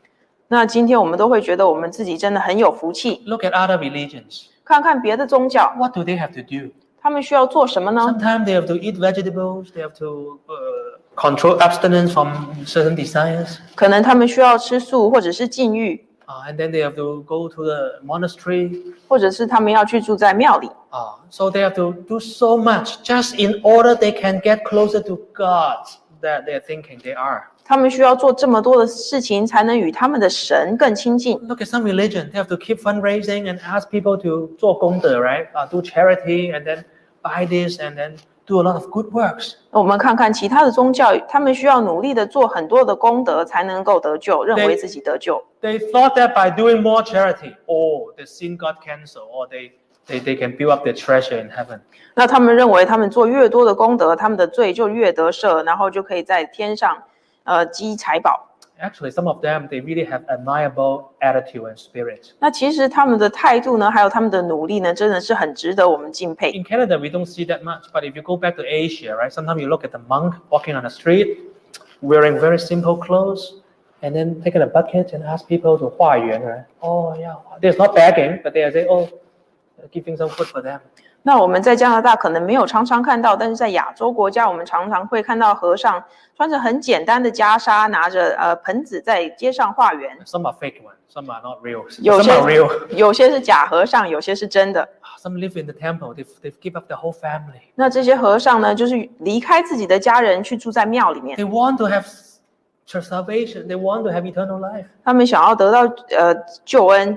S2: 那今天我们都会觉得我们自己真的很有福气。
S1: Look at other religions.
S2: 看看别的宗教，
S1: What do they have to do?
S2: 他们需要做什么呢？
S1: Sometimes they have to eat vegetables. They have to uh, control abstinence from certain desires,
S2: 可能他们需要吃素，或者是禁欲，
S1: uh, and then they have to go to the monastery.
S2: 或者是他们要去住在庙里。
S1: Uh, so they have to do so much just in order they can get closer to God that they're thinking they are.
S2: 他们需要做这么多的事情，才能与他们的神更亲近。
S1: Look at some religion. They have to keep fundraising and ask people to 做功德, right? Uh, do charity and then buy this and then do a lot of good works.
S2: 那我们看看其他的宗教，他们需要努力的做很多的功德，才能够得救，认为自己得救。
S1: They thought that by doing more charity, oh, the sin got cancelled, or they, they, they can build up their treasure in heaven.
S2: 那他们认为，他们做越多的功德，他们的罪就越得赦，然后就可以在天上，呃，积财宝。
S1: Actually, some of them, they really have admirable attitude and spirit.
S2: 那其实他们的态度呢，还有他们的努力呢，真的是很值得我们敬佩。
S1: In Canada, we don't see that much, but if you go back to Asia, right, sometimes you look at the monk walking on the street, wearing very simple clothes, and then taking a bucket and ask people to 化缘, right? Oh, yeah, there's not begging, but they are saying, oh, giving some food for them.
S2: 那我们在加拿大可能没有常常看到，但是在亚洲国家，我们常常会看到和尚穿着很简单的袈裟，拿着呃盆子在街上化缘。
S1: Some are fake ones, some are not real,
S2: 有
S1: some
S2: 些
S1: are real.
S2: 有些是假和尚，有些是真的。
S1: Some live in the temple, they've, they've give up their whole family.
S2: 那这些和尚呢，就是离开自己的家人去住在庙里面，
S1: They want to have s- salvation. They want to have eternal life.
S2: 他们想要得到呃救恩，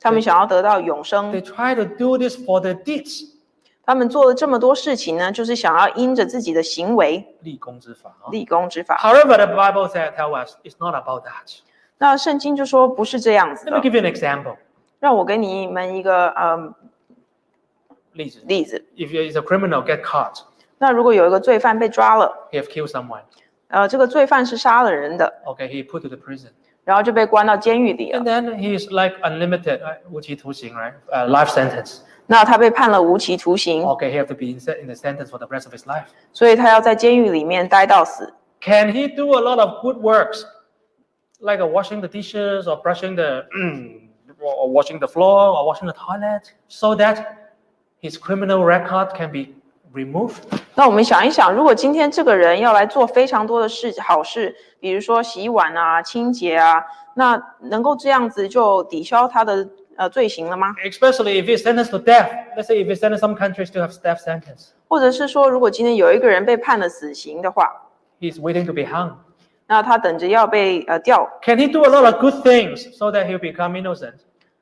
S2: 他们想要得到永生
S1: They。try to do this for their deeds.
S2: 他们做了这么多事情呢，就是想要因着自己的行为
S1: 立功之法, huh?
S2: 立功执法。
S1: However, the Bible says tell us it's not about that.
S2: 那圣经就说不是这样子
S1: Let me
S2: 的。
S1: give you an example.
S2: 让我给你们一个呃
S1: Please,
S2: 例子。
S1: if you is a criminal, get caught.
S2: 那如果有一个罪犯被抓了，
S1: He have killed someone.
S2: 呃，这个罪犯是杀了人的，
S1: Okay, he put to the prison,
S2: 然后就被关到监狱里了
S1: and。then he is like unlimited, uh, 无期徒刑, right? Uh, life sentence.
S2: 那他被判了无期徒刑，
S1: Okay, he have to be in, se- in the sentence for the rest of his life.
S2: 所以他要在监狱里面待到死。
S1: Can he do a lot of good works, like uh, washing the dishes or brushing the, or washing the floor or washing the toilet, so that his criminal record can be removed.
S2: 那我们想一想，如果今天这个人要来做非常多的事好事，比如说洗碗啊、清洁啊，那能够这样子就抵消他的呃罪行了吗？
S1: Especially if he's sentenced to death. Let's say if he's sentenced, some countries still have death sentence.
S2: 或者是说，如果今天有一个人被判了死刑的话，
S1: He's waiting to be hung.
S2: 那他等着要被呃吊，
S1: Can he do a lot of good things so that he'll become innocent?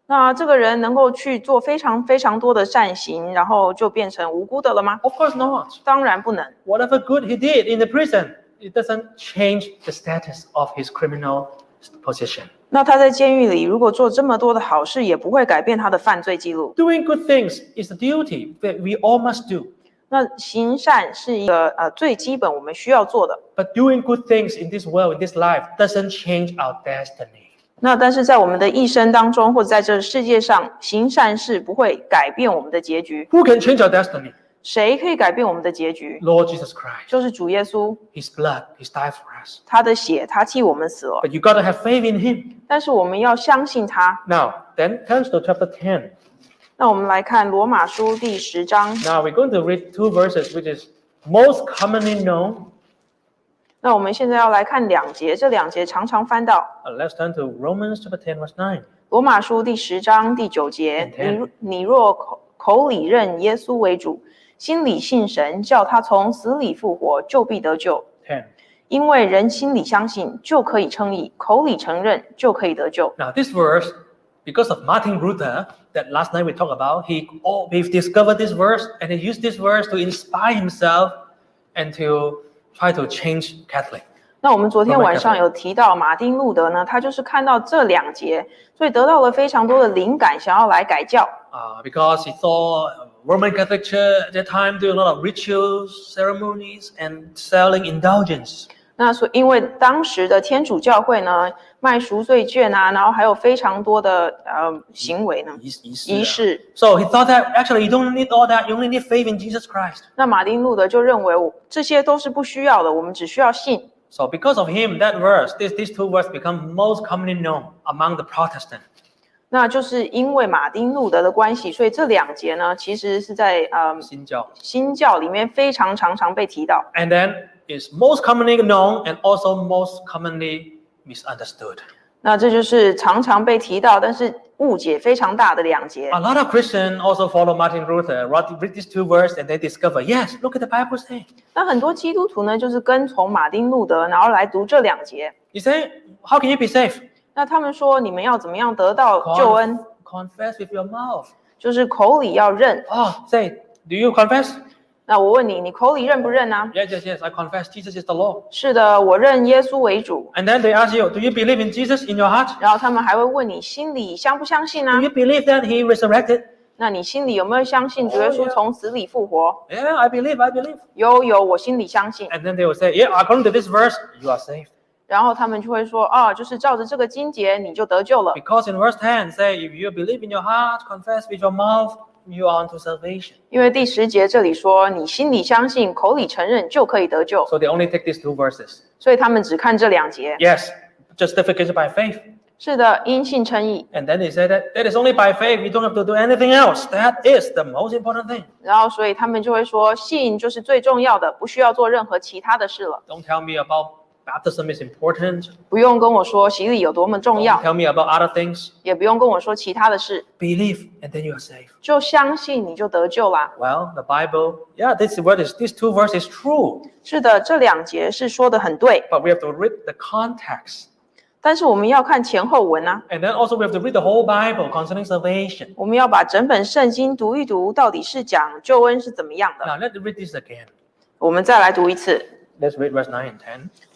S2: 那这个人能够去做非常非常多的善行，然后就变成无辜的了吗？
S1: Of course not.
S2: 当然不能。
S1: Whatever good he did in the prison, it doesn't change the status of his criminal position.
S2: 那他在监狱里如果做这么多的好事，也不会改变他的犯罪记录。
S1: Doing good things is a duty that we all must do.
S2: 那行善是一个呃最基本我们需要做的。
S1: But doing good things in this world, in this life, doesn't change our destiny.
S2: 那但是在我们的一生当中，或者在这世界上，行善事不会改变我们的结局。
S1: Who can change our destiny?
S2: 谁可以改变我们的结局？
S1: Lord Jesus Christ.
S2: 就是主耶稣，
S1: His blood, His died for us.
S2: 他的血，他替我们死了。
S1: But you gotta have faith in Him.
S2: 但是我们要相信他。
S1: Now, then turns to chapter 10.
S2: 那我们来看罗马书第十章。
S1: Now we're going to read two verses, which is most commonly known.
S2: 那我们现在要来看两节，这两节常常翻到
S1: Uh, let's turn to Romans chapter 10, verse 9.
S2: 罗马书第十章第九节：你
S1: Amen
S2: 若你若口口里认耶稣为主，心里信神，叫他从死里复活，就必得救。
S1: 10.
S2: 因为人心里相信就可以称义，口里承认就可以得救。
S1: Now this verse, because of Martin Luther, that last night we talked about, he oh, he discovered this verse and he used this verse to inspire himself and to try to change Catholic.
S2: 那我们昨天
S1: Oh my
S2: 晚上
S1: God
S2: 有提到马丁路德呢，他就是看到这两节，所以得到了非常多的灵感，想要来改教。
S1: Uh, because he saw Roman Catholic Church at that time doing a lot of rituals, ceremonies, and selling indulgence.
S2: 那所因为当时的天主教会呢，卖赎罪券啊，然后还有非常多的呃行为呢，仪式。
S1: So he thought that actually you don't need all that, you only need faith in Jesus Christ.
S2: 那马丁路德就认为我这些都是不需要的，我们只需要信。
S1: So because of him, that verse, this, these two words become most commonly known among the Protestant.
S2: 那就是因为马丁路德的关系，所以这两节呢，其实是在呃
S1: Xinjiang.
S2: 新教里面非常常常被提到。
S1: And then it's most commonly known and also most commonly misunderstood.
S2: 那这就是常常被提到，但是误解非常大的两节。
S1: A lot of Christians also follow Martin Luther, read read these two words, and they discover, yes, look at the Bible saying.
S2: 那很多基督徒呢，就是跟从马丁路德，然后来读这两节。
S1: He said, how can you be saved?
S2: 那他们说，你们要怎么样得到救恩？
S1: confess with your mouth.
S2: 就是口里要认。
S1: Oh, say, do you confess?
S2: 那我问你，你口里认不认呢、啊
S1: Yes, yes, yes, I confess. Jesus is the Lord.
S2: 是的，我认耶稣为主。
S1: And then they ask you, do you believe in Jesus in your heart?
S2: 然后他们还会问你心里相不相信呢、啊
S1: Do you believe that he resurrected?
S2: 那你心里有没有相信主耶稣从死里复活？
S1: Yeah, I believe, I believe.
S2: 有有，我心里相信。
S1: And then they will say, Yeah, according to this verse, you are saved.
S2: 然后他们就会说，啊，就是照着这个经节你就得救了。
S1: Because in verse 10 say, if you believe in your heart, confess with your mouth, you are unto salvation.
S2: 因为第十节这里说，你心里相信，口里承认就可以得救，
S1: So they only take these two verses.
S2: 所以他们只看这两节。
S1: Yes, justification by faith.
S2: 是的，因信称义。
S1: And then they say that that is only by faith, you don't have to do anything else. That is the most important thing.
S2: 然后，所以他们就会说，信就是最重要的，不需要做任何其他的事了。
S1: Don't tell me about baptism is important.
S2: 不用跟我说洗礼有多么重
S1: Don't
S2: 要，
S1: tell me about other things.
S2: 也不用跟我说其他的事，
S1: Believe and then you are saved.
S2: 就相信你就得救啦。
S1: Well, the Bible, yeah, this word is these two verses is true.
S2: 是的，这两节是说的很对，
S1: But we have to read the context.
S2: 但是我们要看前后文啊，
S1: And then also we have to read the whole Bible concerning salvation.
S2: 我们要把整本圣经读一读，到底是讲救恩是怎么样的。
S1: Now let's read this again.
S2: 我们再来读一次。
S1: Let's read verse 9 and 10.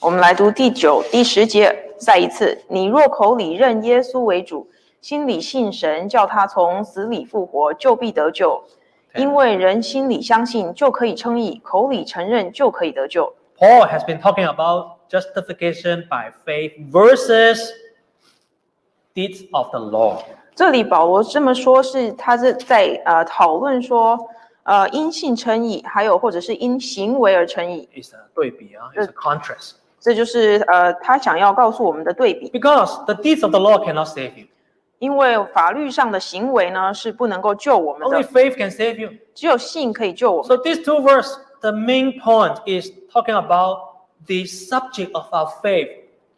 S2: 我们来读第九、第十节，再一次：你若口里认耶稣为主，心里信神，叫他从死里复活，就必得救。因为人心里相信，就可以称义；口里承认，就可以得救。
S1: Paul has been talking about justification by faith versus deeds of the law.
S2: 这里保罗这么说是，他是在呃讨论说，呃因信称义，还有或者是因行为而称义，
S1: It's a 对比啊, it's a contrast.
S2: 这就是呃他想要告诉我们的对比。
S1: Because the deeds of the law cannot save you.
S2: 因为法律上的行为呢是不能够救我们
S1: Only
S2: 的，
S1: faith can save you.
S2: 只有信可以救我们。
S1: So these two verses, the main point is talking about the subject of our faith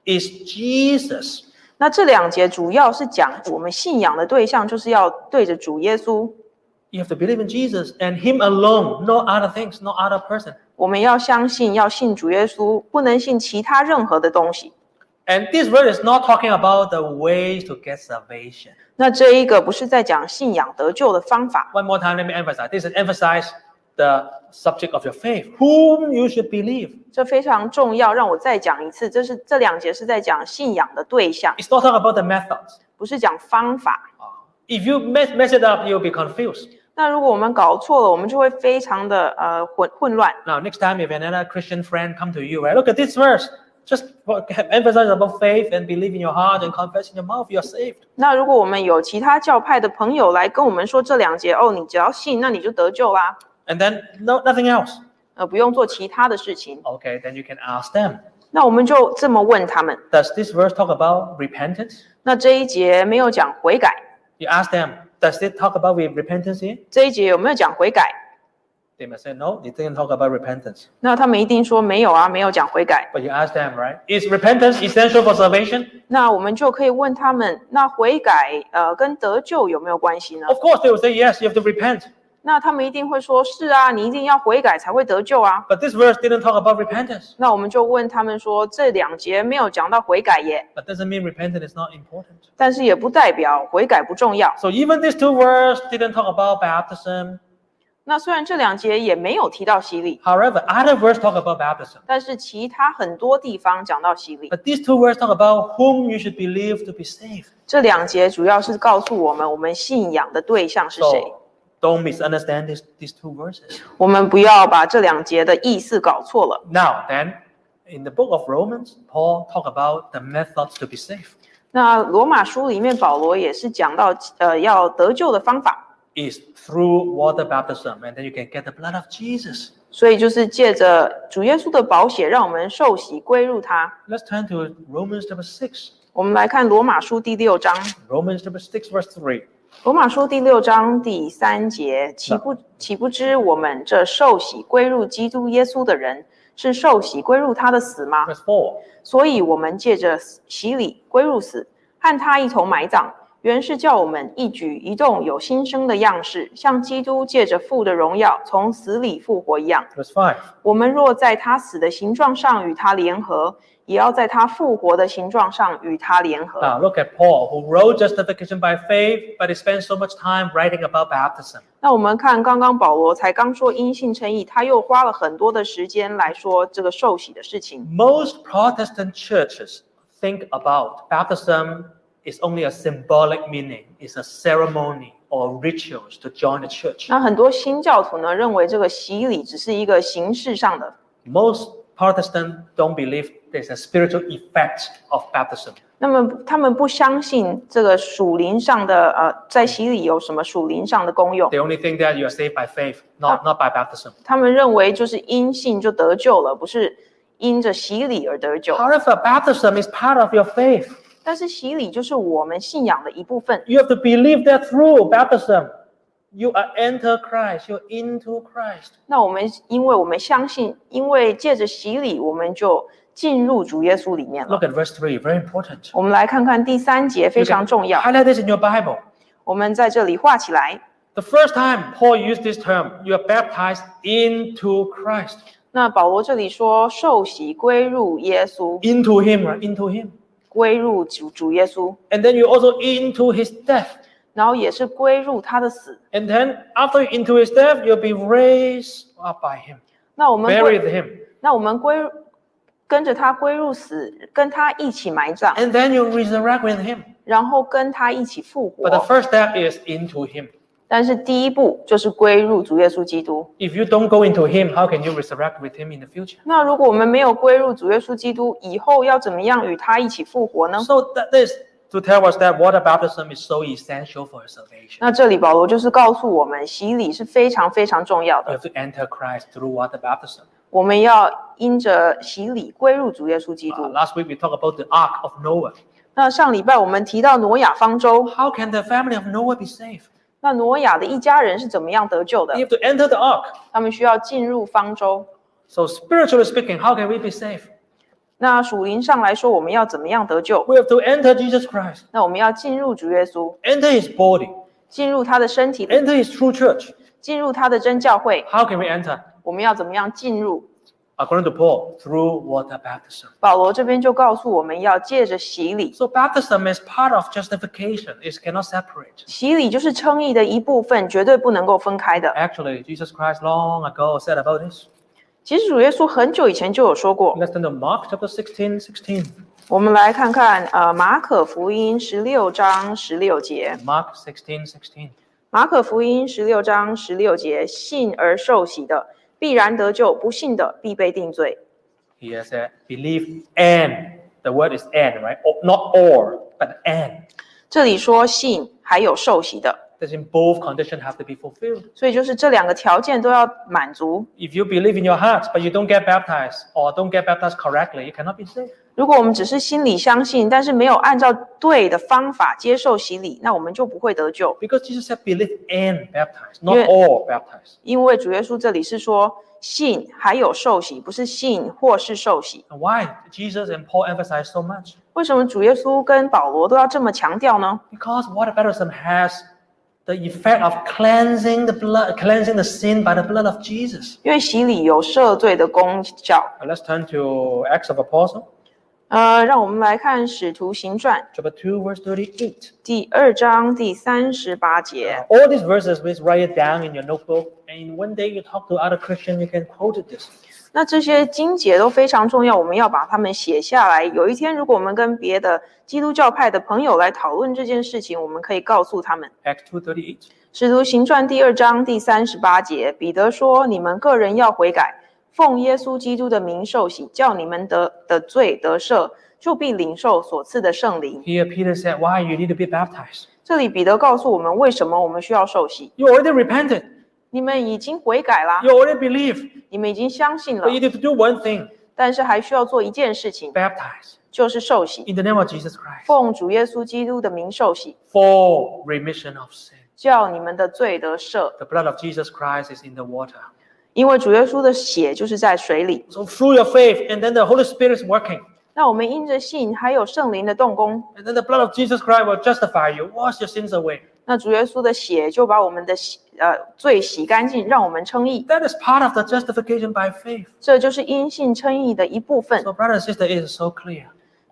S1: is Jesus.
S2: 那这两节主要是讲我们信仰的对象就是要对着主耶稣，
S1: You have to believe in Jesus and Him alone, no other things, no other person.
S2: 我们要相信，要信主耶稣，不能信其他任何的东西。
S1: And this verse is not talking about the ways to get salvation.
S2: 那这一个不是在讲信仰得救的方法，
S1: One more time, let me emphasize. This is emphasize the subject of your faith, whom you should believe.
S2: 这非常重要。让我再讲一次，这是这两节是在讲信仰的对象，
S1: It's not talking about the methods.
S2: 不是讲方法。
S1: If you mess, mess it up, you'll be confused.
S2: 那如果我们搞错了，我们就会非常的呃混混乱。
S1: Now, next time, if another Christian friend come to you, right? Look at this verse. Just emphasize about faith and believe in your heart and confess in your mouth, you're saved.
S2: 那如果我们有其他教派的朋友来跟我们说这两节哦，你只要信，那你就得救啦，
S1: And then no, nothing else.
S2: 呃，不用做其他的事情。
S1: Okay, then you can ask them.
S2: 那我们就这么问他们。
S1: Does this verse talk about repentance?
S2: 那这一节没有讲悔改，
S1: You ask them, does it talk about re- repentance here?
S2: 这一节有没有讲悔改？
S1: They may say no, it didn't talk about repentance.
S2: 那他们一定说没有啊，没有讲悔改。
S1: But you ask them, right? Is repentance essential for salvation?
S2: 那我们就可以问他们，那悔改呃跟得救有没有关系呢？
S1: Of course, they will say yes, you have to repent.
S2: 那他们一定会说是啊，你一定要悔改才会得救啊。
S1: But this verse didn't talk about repentance.
S2: 那我们就问他们说，这两节没有讲到悔改耶，
S1: But doesn't mean repentance is not important.
S2: 但是也不代表悔改不重要。
S1: So even these two verses didn't talk about baptism.
S2: 那虽然这两节也没有提到洗礼，
S1: However, other verses talk about baptism.
S2: 但是其他很多地方讲到洗礼。
S1: But these two verses talk about whom you should believe to be saved.
S2: 这两节主要是告诉我们，我们信仰的对象是谁。
S1: So don't misunderstand these, these two verses.
S2: 我们不要把这两节的意思搞错了。
S1: Now then, in the book of Romans, Paul talk about the methods to be saved.
S2: 那罗马书里面，保罗也是讲到，呃，要得救的方法，
S1: Is through water baptism, and then you can get the blood of Jesus.
S2: 所以就是借着主耶稣的宝血，让我们受洗归入他。
S1: Let's turn to Romans chapter 6.
S2: 我们来看罗马书第六章，
S1: Romans chapter 6, verse 3.
S2: 罗马书第六章第三节，岂不岂不知我们这受洗归入基督耶稣的人，是受洗归入他的死吗？
S1: Verse 4.
S2: 所以我们借着洗礼归入死，和他一同埋葬，原是叫我们一举一动有新生的样式，像基督借着父的荣耀从死里复活一样。
S1: Verse 5.
S2: 我们若在他死的形状上与他联合，也要在他复活的形状上与他联合。
S1: Now look at Paul, who wrote justification by faith, but he spent so much time writing about baptism.
S2: 那我们看，刚刚保罗才刚说因信称义，他又花了很多的时间来说这个受洗的事情。
S1: Most Protestant churches think about baptism is only a symbolic meaning, it's a ceremony or rituals to join the church.
S2: 那很多新教徒呢，认为这个洗礼只是一个形式上的
S1: Most Protestants don't believe there's a spiritual effect of baptism.
S2: 那么他们不相信这个属灵上的呃，在洗礼有什么属灵上的功用？
S1: They only think that you are saved by faith,
S2: Ah.
S1: not, not by baptism.
S2: 他们认为就是因信就得救了，不是因着洗礼而得救。
S1: However, baptism is part of your faith.
S2: 但是洗礼就是我们信仰的一部分，
S1: You have to believe that through baptism, you are enter Christ, you're into Christ.
S2: 那我们因为我们相信，因为借着洗礼，我们就进入主耶稣里面了。
S1: Look at verse 3, very important.
S2: 我们来看看第三节非
S1: You
S2: 常
S1: can
S2: 重要，
S1: Highlight this in your Bible.
S2: 我们在这里画起来。
S1: The first time Paul used this term, you are baptized into Christ.
S2: 那保罗这里说受洗归入耶稣，
S1: Into him, right? Into him.
S2: 归入主主耶稣，
S1: And then you also into his death.
S2: 然后也是归入他的死。
S1: And then after you into his death, you'll be raised up by him,
S2: 那我们归
S1: buried with him.
S2: 那我们归跟着他归入死，跟他一起埋葬，
S1: And then you resurrect with him.
S2: 然后跟他一起复
S1: But the
S2: 活。
S1: first step is into him.
S2: 但是第一步就是归入主耶稣基督。
S1: If you don't go into him, how can you resurrect with him in the future?
S2: 那如果我们没有归入主耶稣基督，以后要怎么样与他一起复活呢？
S1: So that is to tell us that water baptism is so essential for your salvation.
S2: 那这里保罗就是告诉我们，洗礼是非常非常重要
S1: You
S2: 的。
S1: have to enter Christ through water baptism.
S2: 我们要因着洗礼归入主耶稣基
S1: Uh,
S2: 督。
S1: last week we talked about the Ark of Noah.
S2: 那上礼拜我们提到挪亚方舟，
S1: How can the family of Noah be saved?
S2: 那挪亚的一家人是怎么样得救的
S1: They？have to enter the ark.
S2: 他们需要进入方舟。
S1: So spiritually speaking, how can we be saved?
S2: 那属灵上来说，我们要怎么样得救？
S1: We have to enter Jesus Christ,
S2: 那我们要进入主耶稣，
S1: enter His body,
S2: 进入他的身体，
S1: enter His true church.
S2: 进入他的真教会。
S1: How can we enter?
S2: 我们要怎么样进入？
S1: According to Paul, through water baptism.
S2: 保罗这边就告诉我们要借着洗礼，
S1: So baptism is part of justification. It cannot separate.
S2: 洗礼就是称义的一部分，绝对不能够分开的。
S1: Actually, Jesus Christ long ago said about this.
S2: 其实主耶稣很久以前就有说过。
S1: Let's turn to Mark chapter 16, 16.
S2: 我们来看看，呃，马可福音十六章十六节，
S1: Mark 16, 16.
S2: 马可福音十六章十六节，信而受洗的必然得救，不信的必被定罪。
S1: He has said, believe and. The word is and, right? Or- Not or, but and.
S2: 这里说信还有受洗的，
S1: That in both conditions have to be fulfilled.
S2: 所以就是这两个条件都要满足。
S1: If you believe in your heart, but you don't get baptized or don't get baptized correctly, you cannot be saved.
S2: 如果我们只是心里相信，但是没有按照对的方法接受洗礼，那我们就不会得救。
S1: Because Jesus said, believe and baptize, not
S2: Yeah.
S1: all baptized.
S2: 因为主耶稣这里是说信还有受洗，不是信或是受洗。
S1: And why Jesus and Paul emphasize so much?
S2: 为什么主耶稣跟保罗都要这么强调呢？
S1: Because water baptism has the effect of cleansing the blood, cleansing the sin by the blood of Jesus.
S2: 因为洗礼有赦罪的功效。
S1: Now Uh, let's turn to Acts of Apostle,
S2: 呃，让我们来看《使徒行传
S1: chapter 2, verse 38.》
S2: 第二章第三十八节。
S1: Uh, All these verses, please write it down in your notebook. And one day you talk to other Christian, you can quote it this.
S2: 那这些经节都非常重要，我们要把它们写下来。有一天，如果我们跟别的基督教派的朋友来讨论这件事情，我们可以告诉他们，《
S1: Acts 2.38.
S2: 使徒行传》第二章第三十八节，彼得说：“你们个人要悔改，奉耶稣基督的名受洗，叫你们得的罪得赦，就必领受所赐的圣灵。”
S1: Here Peter said, why you need to be baptized?
S2: 这里彼得告诉我们，为什么我们需要受洗。
S1: You already repented.
S2: 你们已经悔改啦，
S1: You already believe.
S2: 你们已经相信了
S1: But，you need to do one thing.
S2: 但是还需要做一件事情，
S1: Baptize
S2: 就是受洗，
S1: in the name of Jesus Christ
S2: 奉主耶稣基督的名受洗，
S1: for remission of sin.
S2: 叫你们的罪得赦。
S1: The blood of Jesus Christ is in the water.
S2: 因为主耶稣的血就是在水里。
S1: So through your faith, and then the Holy Spirit is working,
S2: 那我们因着信，还有圣灵的动工，
S1: and then the blood of Jesus Christ will justify you, wash your sins away.
S2: 那主耶稣的血就把我们的洗呃罪洗干净，让我们称义。
S1: That is part of the justification by faith.
S2: 这就是因信称义的一部分
S1: So,。brother and sister, it is so clear.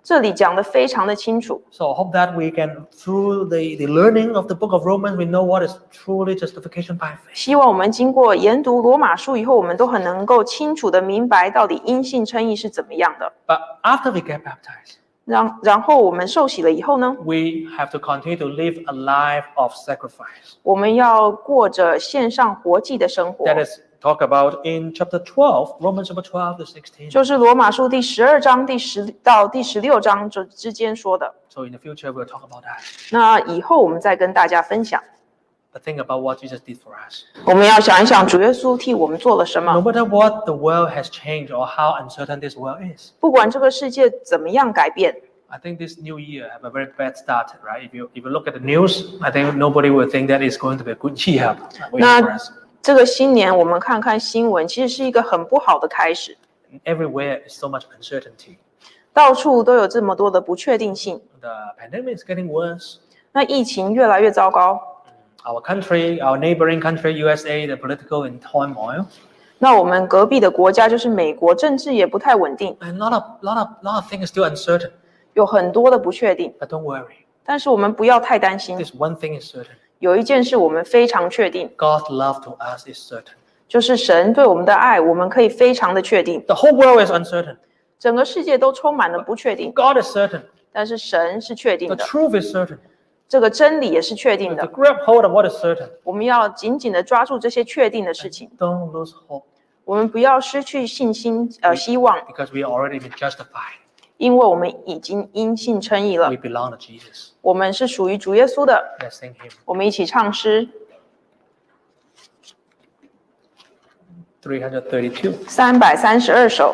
S2: 这里讲的非常的清楚。
S1: So I hope that we can, through the, the learning of the book of Romans, we know what is truly justification by faith.
S2: 希望我们经过研读罗马书以后，我们都很能够清楚的明白到底因信称义是怎么样的。
S1: But after we get baptized,
S2: 然然后我们受洗了以后呢，
S1: we have to continue to live a life of sacrifice.
S2: 我们要过着献上活祭的生活，
S1: That is talked about in chapter 12, Romans chapter 12 to 16.
S2: 就是罗马书第十二章第十到第十六章这之间说的。
S1: So in the future, we'll talk about that.
S2: 那以后我们再跟大家分享。
S1: But think about what Jesus did for us.
S2: 我们要想一想，主耶稣替我们做了什
S1: No
S2: 么？
S1: matter what the world has changed or how uncertain this world is,
S2: 不管这个世界怎么样改变，
S1: I think this new year have a very bad start, right? If you if you look at the news, I think nobody will think that it's going to be a good year waiting for us.
S2: 这个新年我们看看新闻，其实是一个很不好的开始。
S1: Everywhere is so much uncertainty.
S2: 到处都有这么多的不确定性，
S1: The pandemic is getting worse.
S2: 那疫情越来越糟糕。
S1: Our country, our neighboring country, USA, the political in turmoil,
S2: 那我们隔壁的国家就是美国，政治也不太稳定，
S1: and a lot of lot of lot of things still uncertain.
S2: 有很多的不确定。
S1: But don't worry,
S2: 但是我们不要太担心，
S1: this one thing is certain:
S2: 有一件事我们非常确定，
S1: God's love to us is certain.
S2: 就是神对我们的爱，我们可以非常的确定。
S1: The whole world is uncertain.
S2: 整个世界都充满了不确定，
S1: God is certain.
S2: 但是神是确定
S1: The
S2: 的，
S1: truth is certain.
S2: 这个真理也是确定
S1: To
S2: 的。
S1: grab hold of what is certain.
S2: 我们要紧紧的抓住这些确定的事情，
S1: Don't lose hope
S2: 我们不要失去信心，呃，希望，
S1: because we already been justified.
S2: 因为我们已经因信称义了
S1: We，belong to Jesus.
S2: 我们是属于主耶稣的。
S1: Let's thank Him.
S2: 我们一起唱诗
S1: 332.
S2: 三百三十二首。